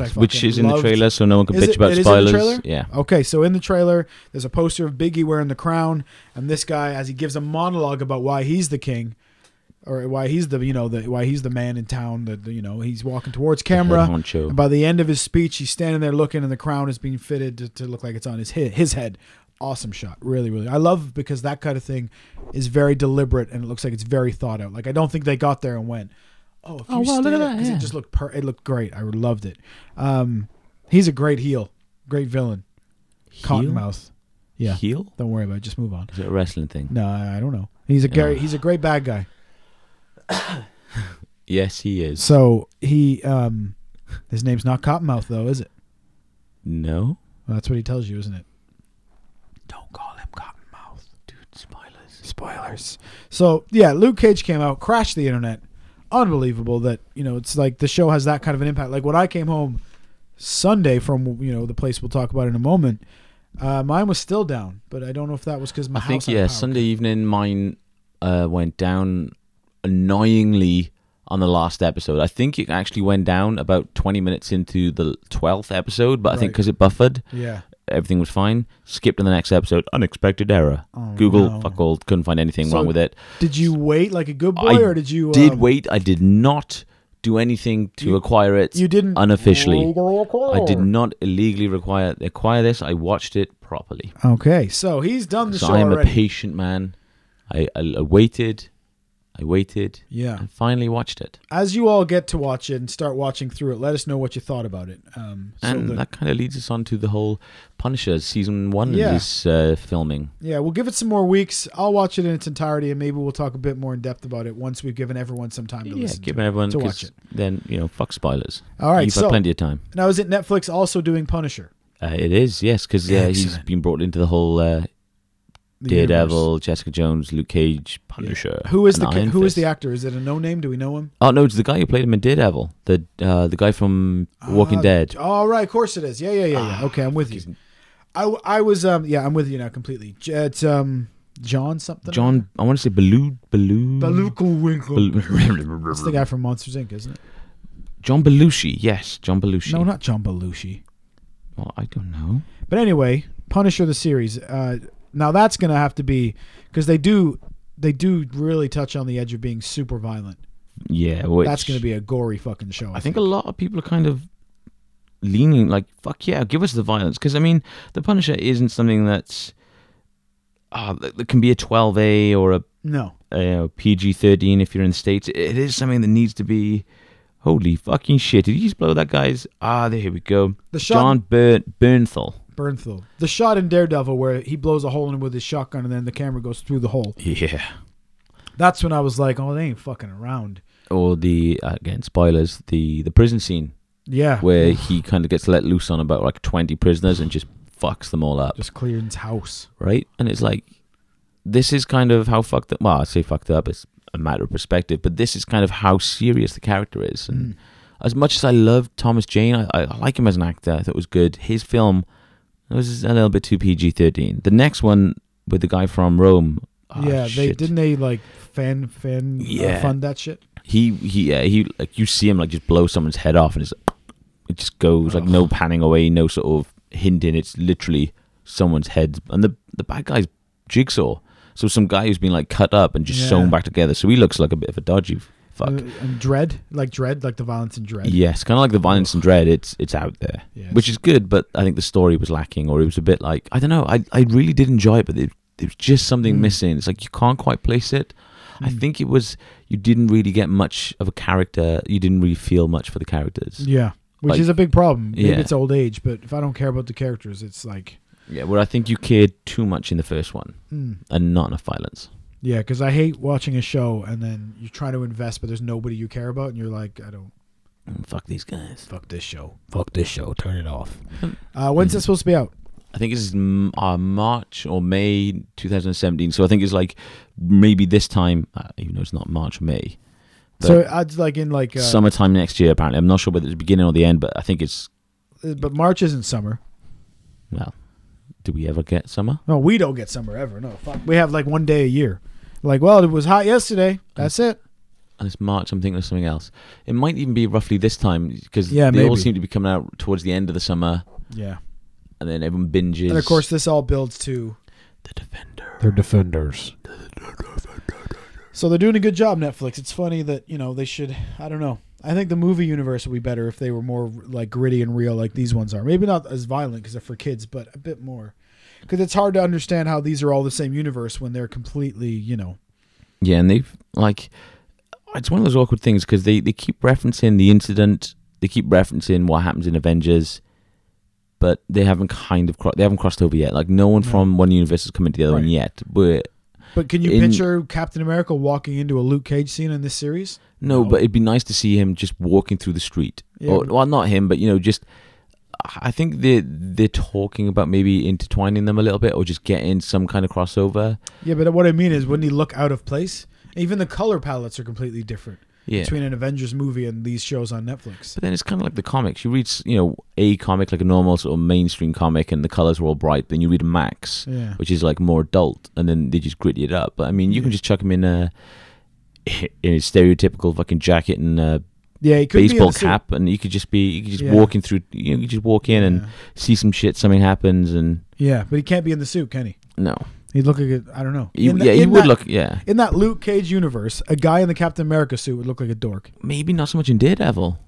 Speaker 3: Yes,
Speaker 6: I
Speaker 3: which,
Speaker 6: fucking
Speaker 3: is in
Speaker 6: loved.
Speaker 3: the trailer, so no one can
Speaker 6: Is
Speaker 3: bitch
Speaker 6: it-
Speaker 3: about
Speaker 6: it is in the
Speaker 3: spoilers.
Speaker 6: trailer? Oh,
Speaker 3: Yeah,
Speaker 6: Okay, so in the trailer, there's a poster of Biggie wearing the crown, and this guy, as he gives a monologue about why he's the king, or why he's the you know the why he's the man in town. That you know he's walking towards camera.
Speaker 3: honcho.
Speaker 6: And by the end of his speech, he's standing there looking, and the crown is being fitted to, to look like it's on his he- his head. Awesome shot, really, really. I love because that kind of thing is very deliberate, and it looks like it's very thought out. Like I don't think they got there and went, "Oh, if
Speaker 9: Oh,
Speaker 6: you
Speaker 9: wow, look at
Speaker 6: stand-
Speaker 9: that,
Speaker 6: 'cause
Speaker 9: yeah.
Speaker 6: It just looked per- it looked great. I loved it. Um, he's a great heel, great villain. Cottonmouth. Yeah.
Speaker 3: heel.
Speaker 6: Don't worry about it. Just move on.
Speaker 3: Is it a wrestling thing?
Speaker 6: No, I I don't know. He's a great, he's a great bad guy.
Speaker 3: Yes, he is.
Speaker 6: So he, um, his name's not Cottonmouth though, is it?
Speaker 3: No,
Speaker 6: Well, that's what he tells you, isn't it?
Speaker 3: don't call him Cottonmouth, dude. Spoilers.
Speaker 6: Spoilers. So yeah, Luke Cage came out, crashed the internet. Unbelievable that you know it's like the show has that kind of an impact. Like when I came home Sunday from you know the place we'll talk about in a moment, uh, mine was still down, but I don't know if that was because my
Speaker 3: I
Speaker 6: house
Speaker 3: think
Speaker 6: had
Speaker 3: yeah.
Speaker 6: power
Speaker 3: Sunday evening, mine uh, went down annoyingly on the last episode. I think it actually went down about twenty minutes into the twelfth episode, but I think
Speaker 6: Right.
Speaker 3: because it buffered,
Speaker 6: cut. Yeah.
Speaker 3: everything was fine. Skipped to the next episode. Unexpected error. Google
Speaker 6: Oh, no.
Speaker 3: fuck all. Couldn't find anything
Speaker 6: So
Speaker 3: wrong with it.
Speaker 6: Did you wait like a good boy,
Speaker 3: I
Speaker 6: or did you
Speaker 3: did
Speaker 6: um,
Speaker 3: wait. I did not do anything to acquire it.
Speaker 6: you didn't-
Speaker 3: unofficially. I did not illegally require acquire this. I watched it properly.
Speaker 6: Okay, so he's done the
Speaker 3: So
Speaker 6: show
Speaker 3: I am
Speaker 6: already.
Speaker 3: a patient man. I, I, I waited. I waited.
Speaker 6: Yeah.
Speaker 3: And finally watched it.
Speaker 6: As you all get to watch it and start watching through it, let us know what you thought about it. Um, so
Speaker 3: and
Speaker 6: the-
Speaker 3: that kind of leads us on to the whole Punisher season one
Speaker 6: Yeah.
Speaker 3: is uh, filming.
Speaker 6: yeah, we'll give it some more weeks. I'll watch it in its entirety, and maybe we'll talk a bit more in depth about it once we've given everyone some time to
Speaker 3: yeah,
Speaker 6: listen
Speaker 3: giving
Speaker 6: to, it-
Speaker 3: everyone
Speaker 6: to
Speaker 3: 'cause
Speaker 6: watch it.
Speaker 3: Then you know, fuck spoilers.
Speaker 6: All right,
Speaker 3: you've
Speaker 6: so-
Speaker 3: had plenty of time.
Speaker 6: Now, is it Netflix also doing Punisher?
Speaker 3: Uh, it is yes, because yeah, he's been brought into the whole uh,
Speaker 6: the
Speaker 3: Daredevil,
Speaker 6: universe.
Speaker 3: Jessica Jones, Luke Cage, Punisher.
Speaker 6: Who is
Speaker 3: and
Speaker 6: the ca-
Speaker 3: Iron
Speaker 6: who is
Speaker 3: Fist.
Speaker 6: the actor? Is it a no name? Do we know him?
Speaker 3: Oh no, it's the guy who played him in Daredevil. The uh, the guy from Walking
Speaker 6: Uh,
Speaker 3: Dead. Ah,
Speaker 6: All right, of course it is. Yeah, yeah, yeah, yeah. Okay, I'm with you. I, w- I was um yeah I'm with you now completely. J- It's um John something.
Speaker 3: John, I want to say Baloo, Baloo,
Speaker 6: Belukowinkle.
Speaker 3: Bal-
Speaker 6: That's the guy from Monsters Inc. Isn't it?
Speaker 3: John Belushi. Yes, John Belushi.
Speaker 6: No, not John Belushi.
Speaker 3: Well, I don't know.
Speaker 6: But anyway, Punisher the series. Uh, now that's gonna have to be because they do they do really touch on the edge of being super violent.
Speaker 3: Yeah, which,
Speaker 6: that's gonna be a gory fucking show.
Speaker 3: I think a lot of people are kind of leaning like, "Fuck yeah, give us the violence," because I mean, the Punisher isn't something that's ah that, that can be a twelve A or a
Speaker 6: no.
Speaker 3: uh, PG 13 if you're in the States. It is something that needs to be. Holy fucking shit. Did you just blow that guy's. Ah, there, here we go.
Speaker 6: The shot-
Speaker 3: John Bern- Bernthal.
Speaker 6: Bernthal. The shot in Daredevil where he blows a hole in with his shotgun and then the camera goes through the hole.
Speaker 3: Yeah.
Speaker 6: That's when I was like, oh, they ain't fucking around.
Speaker 3: Or the, uh, again, spoilers, the, the prison scene
Speaker 6: Yeah.
Speaker 3: where he kind of gets let loose on about like 20 prisoners and just fucks them all up.
Speaker 6: Just clearing his house.
Speaker 3: right? And it's like, this is kind of how fucked up. Well, I say fucked up. It's a matter of perspective, but this is kind of how serious the character is.
Speaker 6: Mm.
Speaker 3: And as much as I love Thomas Jane, I, I, I like him as an actor. I thought it was good. His film was a little bit too PG thirteen. The next one with the guy from Rome. ah,
Speaker 6: yeah, they
Speaker 3: shit.
Speaker 6: didn't they like fan fan
Speaker 3: Yeah.
Speaker 6: uh, fund that shit.
Speaker 3: He he yeah, he like you see him like just blow someone's head off, and it's it just goes like no panning away, no sort of hinting. It's literally someone's head, and the the bad guy's jigsaw. So some guy who's been like cut up and just
Speaker 6: Yeah.
Speaker 3: sewn back together. So he looks like a bit of a dodgy fuck.
Speaker 6: Uh, and dread, like dread, like the violence in dread.
Speaker 3: Yes, kind of like the violence and dread. It's it's out there,
Speaker 6: Yeah,
Speaker 3: which is good. But I think the story was lacking, or it was a bit like I don't know. I I really did enjoy it, but there, there was just
Speaker 6: Mm.
Speaker 3: something missing. It's like you can't quite place it. I think it was you didn't really get much of a character. You didn't really feel much for the characters.
Speaker 6: Yeah. Which
Speaker 3: Like-
Speaker 6: is a big problem. Maybe
Speaker 3: Yeah.
Speaker 6: it's old age, but if I don't care about the characters, it's like hmm.
Speaker 3: Yeah, where I think you cared too much in the first one, and not enough violence.
Speaker 6: yeah, because I hate watching a show and then you try to invest, but there's nobody you care about, and you're like, I don't
Speaker 3: Mm, Fuck these guys.
Speaker 6: fuck this show.
Speaker 3: Fuck this show. Turn it off.
Speaker 6: Uh, when's it supposed to be out?
Speaker 3: I think it's mm, uh, March or May 2017. So I think it's like maybe this time, uh, even though it's not March or May.
Speaker 6: so I'd like in like uh,
Speaker 3: summertime next year. Apparently, I'm not sure whether it's the beginning or the end, but I think it's
Speaker 6: Uh, but March isn't summer.
Speaker 3: well. Do we ever get summer?
Speaker 6: No, we don't get summer ever. No, fuck. We have like one day a year. Like, well, it was hot
Speaker 3: Mm.
Speaker 6: yesterday. That's it.
Speaker 3: And it's March. I'm thinking of something else. It might even be roughly this time because
Speaker 6: Yeah,
Speaker 3: they all
Speaker 6: maybe.
Speaker 3: seem to be coming out towards the end of the summer,
Speaker 6: Yeah.
Speaker 3: and then everyone binges.
Speaker 6: And of course, this all builds to.
Speaker 3: the defender.
Speaker 8: They're defenders.
Speaker 6: So they're doing a good job, Netflix. It's funny that you know they should. I don't know. I think the movie universe would be better if they were more like gritty and real, like these ones are. Maybe not as violent because they're for kids, but a bit more. Because it's hard to understand how these are all the same universe when they're completely, you know.
Speaker 3: Yeah, and they've like it's one of those awkward things because they they keep referencing the incident, they keep referencing what happens in Avengers, but they haven't kind of cro- they haven't crossed over yet. Like no one from one universe has come into the other one
Speaker 6: Right.
Speaker 3: yet. We're
Speaker 6: But can you
Speaker 3: In-
Speaker 6: picture Captain America walking into a Luke Cage scene in this series?
Speaker 3: No, but it'd be nice to see him just walking through the street.
Speaker 6: Yeah.
Speaker 3: Or, well, not him, but you know, just I think they they're talking about maybe intertwining them a little bit, or just getting some kind of crossover.
Speaker 6: Yeah, but what I mean is, wouldn't he look out of place? Even the color palettes are completely different
Speaker 3: Yeah.
Speaker 6: between an Avengers movie and these shows on Netflix.
Speaker 3: but then it's kind of like the comics. You read, s- you know, a comic like a normal sort of mainstream comic, and the colors are all bright. Then you read a Max,
Speaker 6: Yeah.
Speaker 3: which is like more adult, and then they just gritty it up. But I mean, you can just chuck him in a in a stereotypical fucking jacket and a
Speaker 6: Yeah, he could be in
Speaker 3: baseball
Speaker 6: the suit.
Speaker 3: cap, and you could just be you could just
Speaker 6: Yeah.
Speaker 3: walking through. You, know, you just walk in and
Speaker 6: Yeah.
Speaker 3: see some shit. Something happens, and
Speaker 6: Yeah, but he can't be in the suit, can he?
Speaker 3: No.
Speaker 6: He'd look like a, I don't know.
Speaker 3: You,
Speaker 6: In the-
Speaker 3: yeah, you
Speaker 6: in
Speaker 3: would
Speaker 6: that-
Speaker 3: look. Yeah,
Speaker 6: in that Luke Cage universe. A guy in the Captain America suit would look like a dork.
Speaker 3: maybe not so much in Daredevil.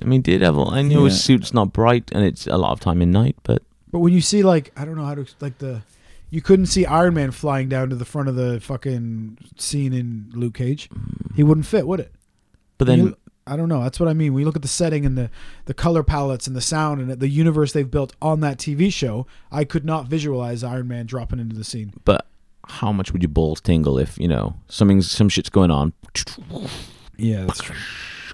Speaker 3: I mean, Daredevil. I know his suit's not bright, and it's a lot of time in night. But
Speaker 6: But when you see like I don't know how to like the, you couldn't see Iron Man flying down to the front of the fucking scene in Luke Cage. He wouldn't fit, would it?
Speaker 3: but then
Speaker 6: You- I don't know. That's what I mean. We look at the setting and the the color palettes and the sound and the universe they've built on that TV show. I could not visualize Iron Man dropping into the scene.
Speaker 3: but how much would your balls tingle if you know something's some shit's going on
Speaker 6: Yeah, that's true.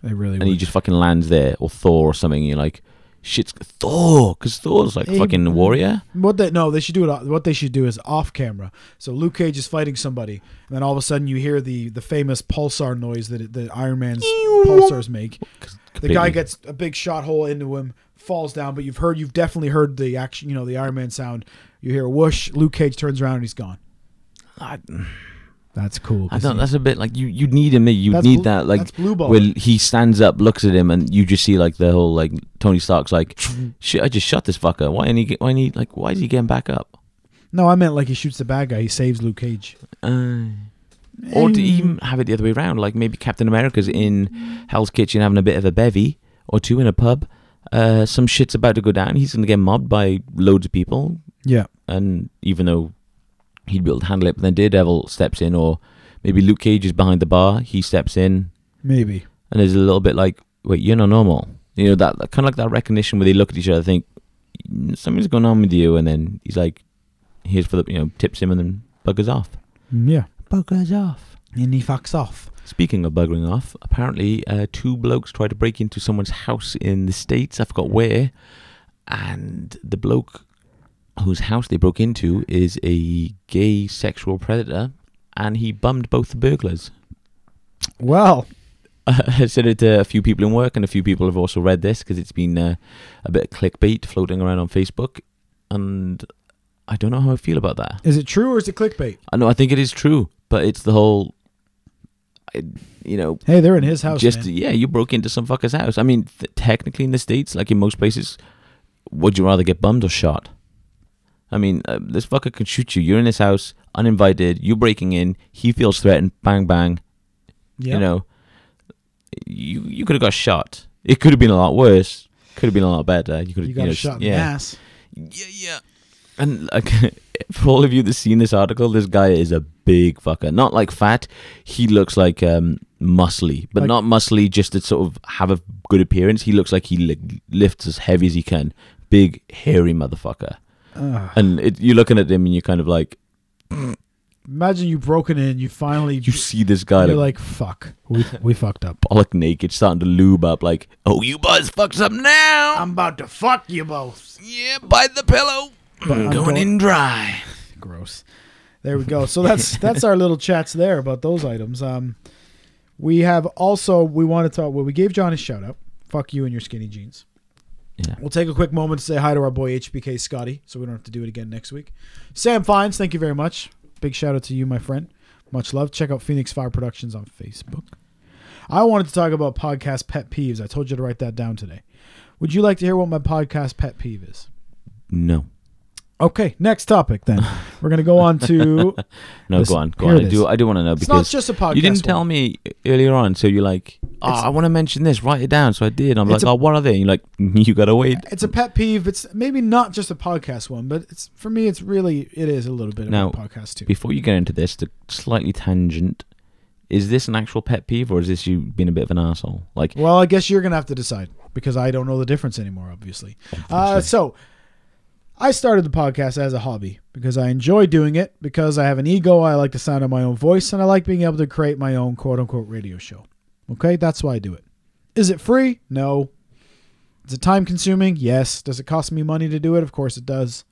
Speaker 6: They really
Speaker 3: and he
Speaker 6: would.
Speaker 3: just fucking lands there or Thor or something? And you're like, shit's Thor because Thor's like
Speaker 6: Hey,
Speaker 3: fucking warrior.
Speaker 6: What they no, they should do it. What they should do is off camera. So Luke Cage is fighting somebody, and then all of a sudden you hear the the famous pulsar noise that that Iron Man's pulsars make. The guy
Speaker 3: completely.
Speaker 6: gets a big shot hole into him, falls down. But you've heard, you've definitely heard the action. You know the Iron Man sound. You hear a whoosh. Luke Cage turns around and he's gone.
Speaker 3: I,
Speaker 6: That's cool.
Speaker 3: I don't. That's a bit like you. You need him. eh? You
Speaker 6: That's
Speaker 3: need
Speaker 6: blue-
Speaker 3: that. Like
Speaker 6: that's blue ball.
Speaker 3: when he stands up, looks at him, and you just see like the whole like Tony Stark's like, shit. I just shot this fucker. Why ain't he? get- Why ain't he? Like why is he getting back up?
Speaker 6: No, I meant like he shoots the bad guy. He saves Luke Cage.
Speaker 3: Uh, or
Speaker 6: mm.
Speaker 3: to even have it the other way around, like maybe Captain America's in Hell's Kitchen having a bit of a bevy or two in a pub. Uh, some shit's about to go down. He's going to get mobbed by loads of people,
Speaker 6: Yeah.
Speaker 3: and even though he'd be able to handle it, but then Daredevil steps in, or maybe Luke Cage is behind the bar. He steps in,
Speaker 6: Maybe.
Speaker 3: and there's a little bit like, "Wait, you're not normal." You know that, kind of like that recognition where they look at each other, think "Mm, something's going on with you, and then he's like, "Here's for the," you know, tips him, and then buggers off.
Speaker 6: Mm, Yeah.
Speaker 3: Buggers off.
Speaker 6: And he fucks off.
Speaker 3: Speaking of buggering off, apparently uh, two blokes tried to break into someone's house in the States, I forgot where, and the bloke whose house they broke into is a gay sexual predator, and he bummed both the burglars.
Speaker 6: Well,
Speaker 3: I said it to a few people in work, and a few people have also read this because it's been uh, a bit of clickbait floating around on Facebook, and I don't know how I feel about that.
Speaker 6: is it true or is it clickbait?
Speaker 3: I know I think it is true, but it's the whole, I, you know,
Speaker 6: Hey, they're in his house.
Speaker 3: just
Speaker 6: man.
Speaker 3: yeah, you broke into some fucker's house. I mean, th- technically in the states, like in most places, would you rather get bummed or shot? I mean, uh, this fucker could shoot you. You're in his house, uninvited. You're breaking in. He feels threatened. Bang bang.
Speaker 6: Yeah.
Speaker 3: You know, you you could have got shot. It could have been a lot worse. Could have been a lot better. You could have
Speaker 6: you got
Speaker 3: know,
Speaker 6: a shot in
Speaker 3: yeah.
Speaker 6: the ass.
Speaker 3: Yeah, yeah. And like, for all of you that's seen this article, this guy is a big fucker. Not like fat. He looks like um muscly, but
Speaker 6: Like-
Speaker 3: not muscly just to sort of have a good appearance. He looks like he li- lifts as heavy as he can. Big hairy motherfucker. And it, you're looking at him and you're kind of like,
Speaker 6: Imagine you broken in, you finally
Speaker 3: you see this guy
Speaker 6: you're
Speaker 3: like,
Speaker 6: like, fuck, we we fucked up.
Speaker 3: bollock naked, starting to lube up, like, oh, you buzz fucks up now.
Speaker 6: I'm about to fuck you both.
Speaker 3: yeah, bite the pillow. going
Speaker 6: I'm go-
Speaker 3: in dry.
Speaker 6: Gross. There we go. So that's that's our little chats there about those items. Um, we have also we want to talk. Well, we gave John his shout out. Fuck you and your skinny jeans.
Speaker 3: Yeah.
Speaker 6: We'll take a quick moment to say hi to our boy HBK Scotty, so we don't have to do it again next week. Sam Fines, thank you very much. Big shout out to you, my friend. Much love. Check out Phoenix Fire Productions on Facebook. I wanted to talk about podcast pet peeves. I told you to write that down today. Would you like to hear what my podcast pet peeve is?
Speaker 3: No.
Speaker 6: Okay, next topic then. We're going to go on to
Speaker 3: No,
Speaker 6: Listen,
Speaker 3: go on, go
Speaker 6: here
Speaker 3: on.
Speaker 6: it
Speaker 3: I
Speaker 6: is.
Speaker 3: do, I do want to know
Speaker 6: not
Speaker 3: because
Speaker 6: just a podcast
Speaker 3: You didn't
Speaker 6: one.
Speaker 3: tell me earlier on, so you're like, oh, I want to mention this. Write it down. So I did. I'm
Speaker 6: It's
Speaker 3: like,
Speaker 6: a-
Speaker 3: oh, what are they? And you're like, you gotta wait.
Speaker 6: it's a pet peeve. It's maybe not just a podcast one, but it's for me it's really it is a little bit of
Speaker 3: Now,
Speaker 6: a podcast too.
Speaker 3: Before you get into this, the slightly tangent. Is this an actual pet peeve, or is this you being a bit of an asshole? Like,
Speaker 6: Well, I guess you're gonna have to decide because I don't know the difference anymore. Obviously, Uh, so I started the podcast as a hobby because I enjoy doing it. Because I have an ego, I like the sound of my own voice, and I like being able to create my own quote unquote radio show. Okay, that's why I do it. Is it free? No. Is it time consuming? Yes. Does it cost me money to do it? Of course it does.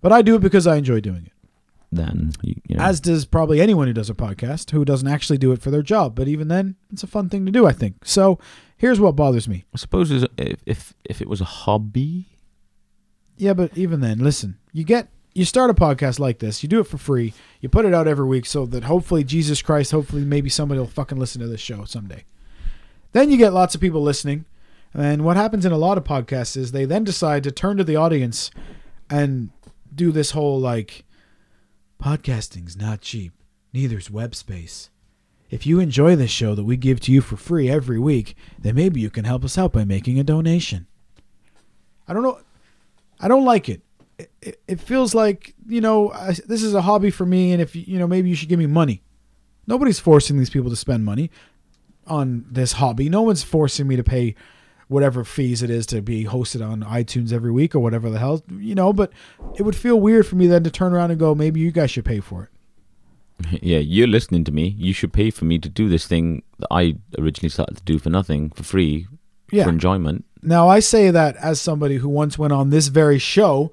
Speaker 6: But I do it because I enjoy doing it
Speaker 3: then you, you know,
Speaker 6: as does probably anyone who does a podcast who doesn't actually do it for their job. But even then, it's a fun thing to do, I think. So here's what bothers me.
Speaker 3: I suppose is- if, if if it was a hobby,
Speaker 6: Yeah, but even then, listen, you get you start a podcast like this, you do it for free, you put it out every week so that hopefully Jesus Christ, hopefully maybe somebody will fucking listen to this show someday. Then you get lots of people listening. And what happens in a lot of podcasts is they then decide to turn to the audience and do this whole like podcasting's not cheap, neither's web space. If you enjoy this show that we give to you for free every week, then maybe you can help us out by making a donation. I don't know. I don't like it. It- It, it feels like you know I, this is a hobby for me, and if you you know maybe you should give me money. Nobody's forcing these people to spend money on this hobby. No one's forcing me to pay whatever fees it is to be hosted on iTunes every week or whatever the hell you know. But it would feel weird for me then to turn around and go, maybe you guys should pay for it.
Speaker 3: yeah, you're listening to me. You should pay for me to do this thing that I originally started to do for nothing, for free,
Speaker 6: Yeah.
Speaker 3: for enjoyment.
Speaker 6: Now, I say that as somebody who once went on this very show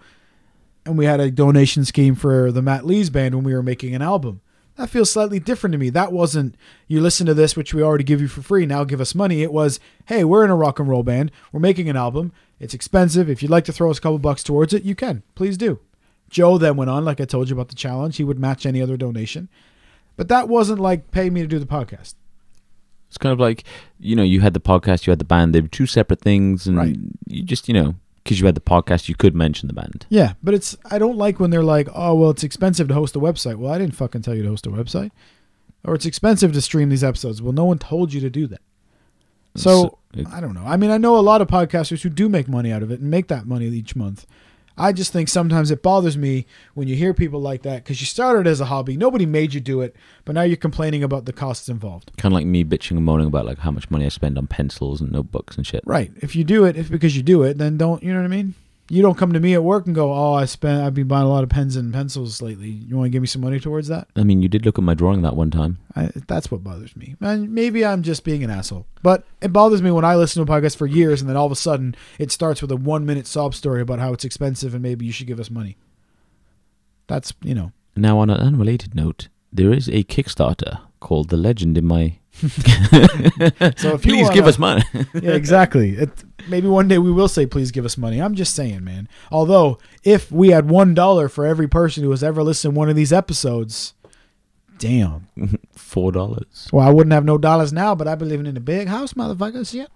Speaker 6: and we had a donation scheme for the Matt Lees band when we were making an album. That feels slightly different to me. That wasn't, you listen to this, which we already give you for free, now give us money. It was, hey, we're in a rock and roll band. We're making an album. It's expensive. If you'd like to throw us a couple bucks towards it, you can. Please do. Joe then went on, like I told you about the challenge. He would match any other donation. But that wasn't like pay me to do the podcast.
Speaker 3: It's kind of like you know, you had the podcast, you had the band. They were two separate things, and
Speaker 6: Right.
Speaker 3: you just you know, because you had the podcast, you could mention the band.
Speaker 6: Yeah, but it's I don't like when they're like, "Oh, well, it's expensive to host a website." Well, I didn't fucking tell you to host a website. Or it's expensive to stream these episodes. Well, no one told you to do that. So,
Speaker 3: So it-
Speaker 6: I don't know. I mean, I know a lot of podcasters who do make money out of it and make that money each month. I just think sometimes it bothers me when you hear people like that cuz you started as a hobby. Nobody made you do it, but now you're complaining about the costs involved.
Speaker 3: Kind of like me bitching and moaning about like how much money I spend on pencils and notebooks and shit.
Speaker 6: Right. If you do it, if because you do it, then don't you know what I mean? You don't come to me at work and go, "Oh, I spent I've been buying a lot of pens and pencils lately. You want to give me some money towards that?"
Speaker 3: I mean, you did look at my drawing that one time.
Speaker 6: I, that's what bothers me. And maybe I'm just being an asshole, but it bothers me when I listen to a podcast for years and then all of a sudden it starts with a one minute sob story about how it's expensive and maybe you should give us money. That's you know
Speaker 3: Now, on an unrelated note, there is a Kickstarter called "The Legend in My."
Speaker 6: so if you
Speaker 3: Please give
Speaker 6: wanna-
Speaker 3: us money.
Speaker 6: yeah, exactly. It, maybe one day we will say, please give us money. I'm just saying, man. Although, if we had $1 for every person who has ever listened to one of these episodes, damn.
Speaker 3: Four dollars.
Speaker 6: Well, I wouldn't have no dollars now, but I'd be living in a big house, motherfuckers. Yeah.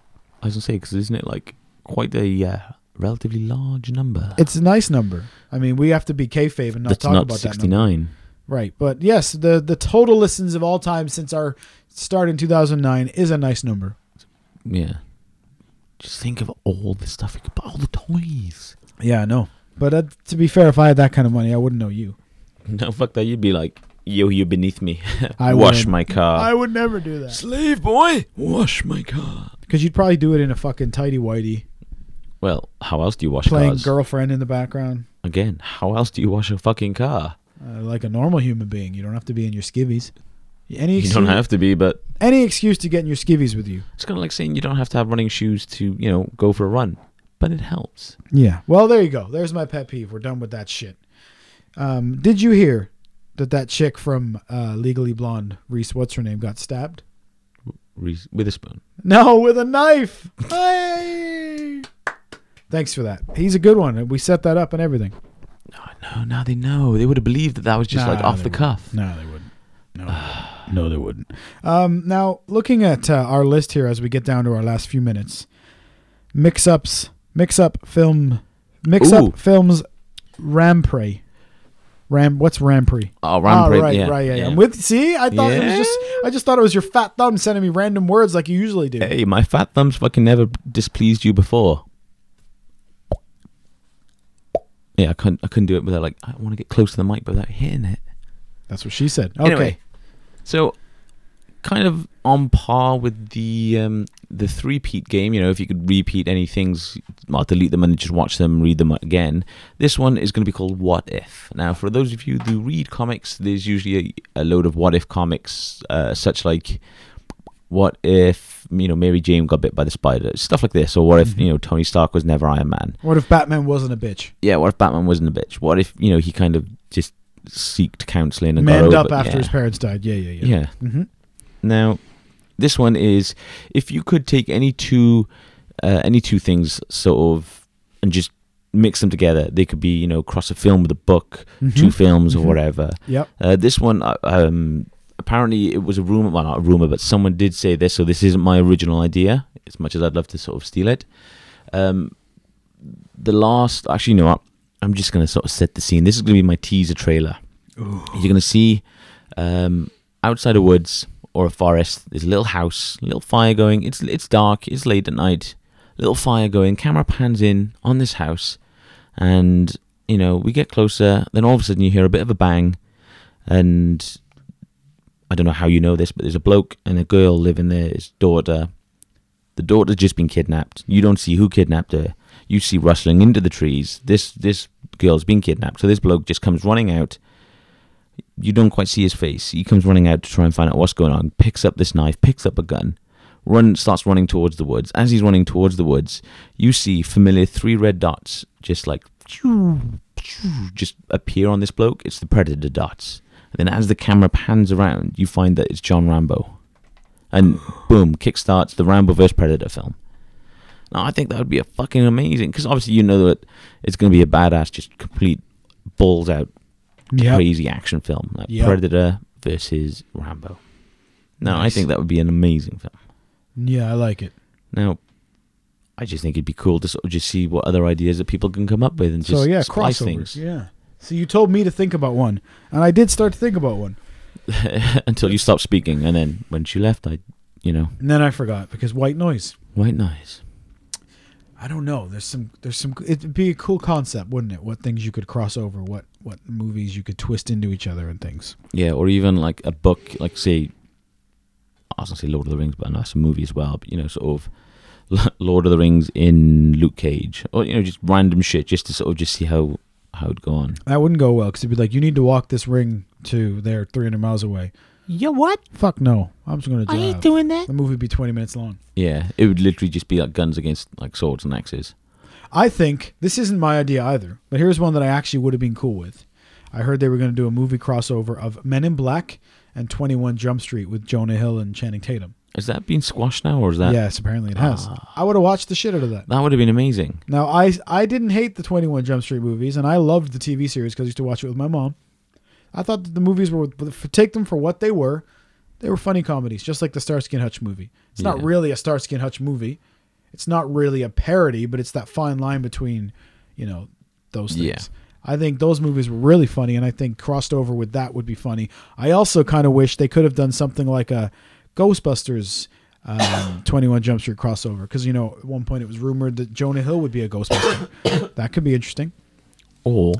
Speaker 3: I was gonna say because isn't it like quite a uh, relatively large number?
Speaker 6: It's a nice number. I mean, we have to be kayfabe and not
Speaker 3: That's
Speaker 6: talk
Speaker 3: not
Speaker 6: about that. number.
Speaker 3: sixty-nine.
Speaker 6: Right. But yes, the, the total listens of all time since our start in 2009 is a nice number.
Speaker 3: Yeah. Just think of all the stuff you could buy, all the toys.
Speaker 6: Yeah, I know. But uh, to be fair, if I had that kind of money, I wouldn't know you.
Speaker 3: No, fuck that. You'd be like, yo, you beneath me.
Speaker 6: I
Speaker 3: Wash
Speaker 6: wouldn't.
Speaker 3: my car.
Speaker 6: I would never do that.
Speaker 3: Slave boy, wash my car.
Speaker 6: Because you'd probably do it in a fucking tidy whitey,
Speaker 3: Well, how else do you wash
Speaker 6: playing
Speaker 3: cars?
Speaker 6: girlfriend in the background,
Speaker 3: Again, how else do you wash a fucking car?
Speaker 6: uh, like a normal human being. You don't have to be in your skivvies. Any
Speaker 3: You
Speaker 6: excuse,
Speaker 3: don't have to be, but
Speaker 6: any excuse to get in your skivvies with you.
Speaker 3: it's kind of like saying you don't have to have running shoes to, you know, go for a run. But it helps.
Speaker 6: Yeah. Well, there you go. There's my pet peeve. We're done with that shit. Um, did you hear that that chick from uh, Legally Blonde, Reese, what's her name, got stabbed?
Speaker 3: Reese Witherspoon.
Speaker 6: No, with a knife. Hey! Thanks for that. He's a good one. We set that up and everything.
Speaker 3: No, Oh, now they know. They would have believed that that was just
Speaker 6: Nah,
Speaker 3: like off
Speaker 6: they
Speaker 3: the
Speaker 6: wouldn't.
Speaker 3: cuff. Ah.
Speaker 6: No, they wouldn't. No, they wouldn't. no, they wouldn't. Um, now, looking at uh, our list here as we get down to our last few minutes, mix-ups, mix-up film, mix-up
Speaker 3: Ooh.
Speaker 6: films, Rampray. Ram, what's Rampray?
Speaker 3: Oh, Rampray,
Speaker 6: Ah, right,
Speaker 3: yeah,
Speaker 6: right, yeah, yeah.
Speaker 3: yeah.
Speaker 6: I'm with. See, I thought it was
Speaker 3: Yeah.
Speaker 6: just. I just thought it was your fat thumb sending me random words like you usually do.
Speaker 3: Hey, my fat thumbs fucking never displeased you before. Yeah, I couldn't. I couldn't do it without like. I want to get close to the mic, but without hitting it.
Speaker 6: That's what she said. Okay,
Speaker 3: Anyway, so kind of on par with the um, the three peat game. You know, if you could repeat any things, well, delete them and just watch them, read them again. This one is going to be called What If. Now, for those of you who read comics, there's usually a, a load of What If comics, uh, such like What If you know Mary Jane got bit by the spider, stuff like this, or What
Speaker 6: Mm-hmm.
Speaker 3: If you know Tony Stark was never Iron Man
Speaker 6: what if Batman wasn't a bitch?
Speaker 3: yeah, what if Batman wasn't a bitch? What if you know he kind of just seeked counselling and
Speaker 6: Manned
Speaker 3: got
Speaker 6: up
Speaker 3: over?
Speaker 6: after
Speaker 3: yeah.
Speaker 6: his parents died. Yeah, yeah, Mm-hmm. yeah.
Speaker 3: Yeah. Now, this one is if you could take any two, uh, any two things, sort of, and just mix them together. They could be you know cross a film with a book, two films or whatever.
Speaker 6: Yep.
Speaker 3: Uh, this one, uh, um, apparently, it was a rumor. Well, not a rumor, but someone did say this. So this isn't my original idea. As much as I'd love to sort of steal it, um, the last. Actually, you know what? I'm just gonna sort of set the scene. This is gonna be my teaser trailer. You're gonna see um, outside a woods or a forest. There's a little house, little fire going. It's it's dark. It's late at night. Little fire going. Camera pans in on this house, and you know we get closer. Then all of a sudden you hear a bit of a bang, and I don't know how you know this, but there's a bloke and a girl living there. His daughter. The daughter's just been kidnapped. You don't see who kidnapped her. You see rustling into the trees. This this girl's been kidnapped. So this bloke just comes running out you don't quite see his face. He comes running out to try and find out what's going on, picks up this knife, picks up a gun, run starts running towards the woods. As he's running towards the woods, you see familiar three red dots just like just appear on this bloke. It's the predator dots. And then as the camera pans around, you find that it's John Rambo. And boom, kickstarts the Rambo vs Predator film. Now, I think that would be a fucking amazing because obviously you know that it's going to be a badass, just complete balls out
Speaker 6: Yep.
Speaker 3: crazy action film like
Speaker 6: Yep.
Speaker 3: Predator versus Rambo. No, I
Speaker 6: Nice.
Speaker 3: think that would be an amazing film.
Speaker 6: Yeah, I like it.
Speaker 3: Now, I just think it'd be cool to sort of just see what other ideas that people can come up with and just
Speaker 6: so yeah,
Speaker 3: splice
Speaker 6: crossovers.
Speaker 3: things
Speaker 6: Yeah. So you told me to think about one, and I did start to think about one,
Speaker 3: until you stop speaking. And then when she left, I, you know,
Speaker 6: and then I forgot because white noise.
Speaker 3: white noise.
Speaker 6: I don't know. There's some. There's some. It'd be a cool concept, wouldn't it? What things you could cross over. What what movies you could twist into each other and things.
Speaker 3: Yeah, or even like a book, like say, I was gonna say Lord of the Rings, but I know that's a movie as well. But you know, sort of L- Lord of the Rings in Luke Cage, or you know, just random shit, just to sort of just see how how it'd go on.
Speaker 6: That wouldn't go well because it'd be like you need to walk this ring to there 300 miles away.
Speaker 9: Yo, what?
Speaker 6: Fuck no. I'm just gonna.
Speaker 9: I
Speaker 6: Drive.
Speaker 9: ain't doing that.
Speaker 6: The movie would be 20 minutes long.
Speaker 3: Yeah, it would literally just be like guns against like swords and axes.
Speaker 6: I think this isn't my idea either, but here's one that I actually would have been cool with. I heard they were going to do a movie crossover of Men in Black and 21 Jump Street with Jonah Hill and Channing Tatum.
Speaker 3: Has that been squashed now, or is that?
Speaker 6: yes, apparently it has. I would have watched the shit out of that.
Speaker 3: That would have been amazing.
Speaker 6: Now, I I didn't hate the 21 Jump Street movies, and I loved the TV series because I used to watch it with my mom. I thought that the movies were, for, take them for what they were. They were funny comedies, just like the Starsky and Hutch movie. It's not
Speaker 3: Yeah.
Speaker 6: really a Starsky and Hutch movie. It's not really a parody, but it's that fine line between, you know, those things.
Speaker 3: Yeah.
Speaker 6: I think those movies were really funny, and I think crossed over with that would be funny. I also kind of wish they could have done something like a Ghostbusters um, 21 Jump Street crossover, because, you know, at one point it was rumored that Jonah Hill would be a Ghostbuster. that could be interesting.
Speaker 3: Or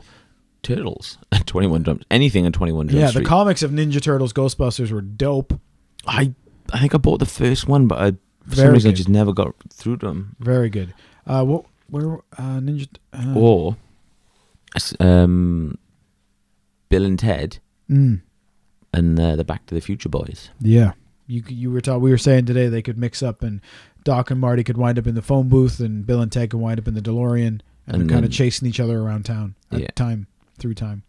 Speaker 3: turtles, twenty one jumps, anything in twenty one jumps.
Speaker 6: yeah, the comics of Ninja Turtles Ghostbusters were dope.
Speaker 3: I I think I bought the first one, but I, for some
Speaker 6: Very
Speaker 3: reason I
Speaker 6: good.
Speaker 3: just never got through them.
Speaker 6: Very good. Uh, what? Where? Uh, Ninja. Uh,
Speaker 3: or s- um, Bill and Ted
Speaker 6: mm,
Speaker 3: and uh, the Back to the Future boys.
Speaker 6: yeah. You c- you were ta- we were saying today they could mix up and Doc and Marty could wind up in the phone booth and Bill and Ted could wind up in the DeLorean and,
Speaker 3: And
Speaker 6: kind
Speaker 3: then-
Speaker 6: of chasing each other around town at
Speaker 3: Yeah.
Speaker 6: time through time.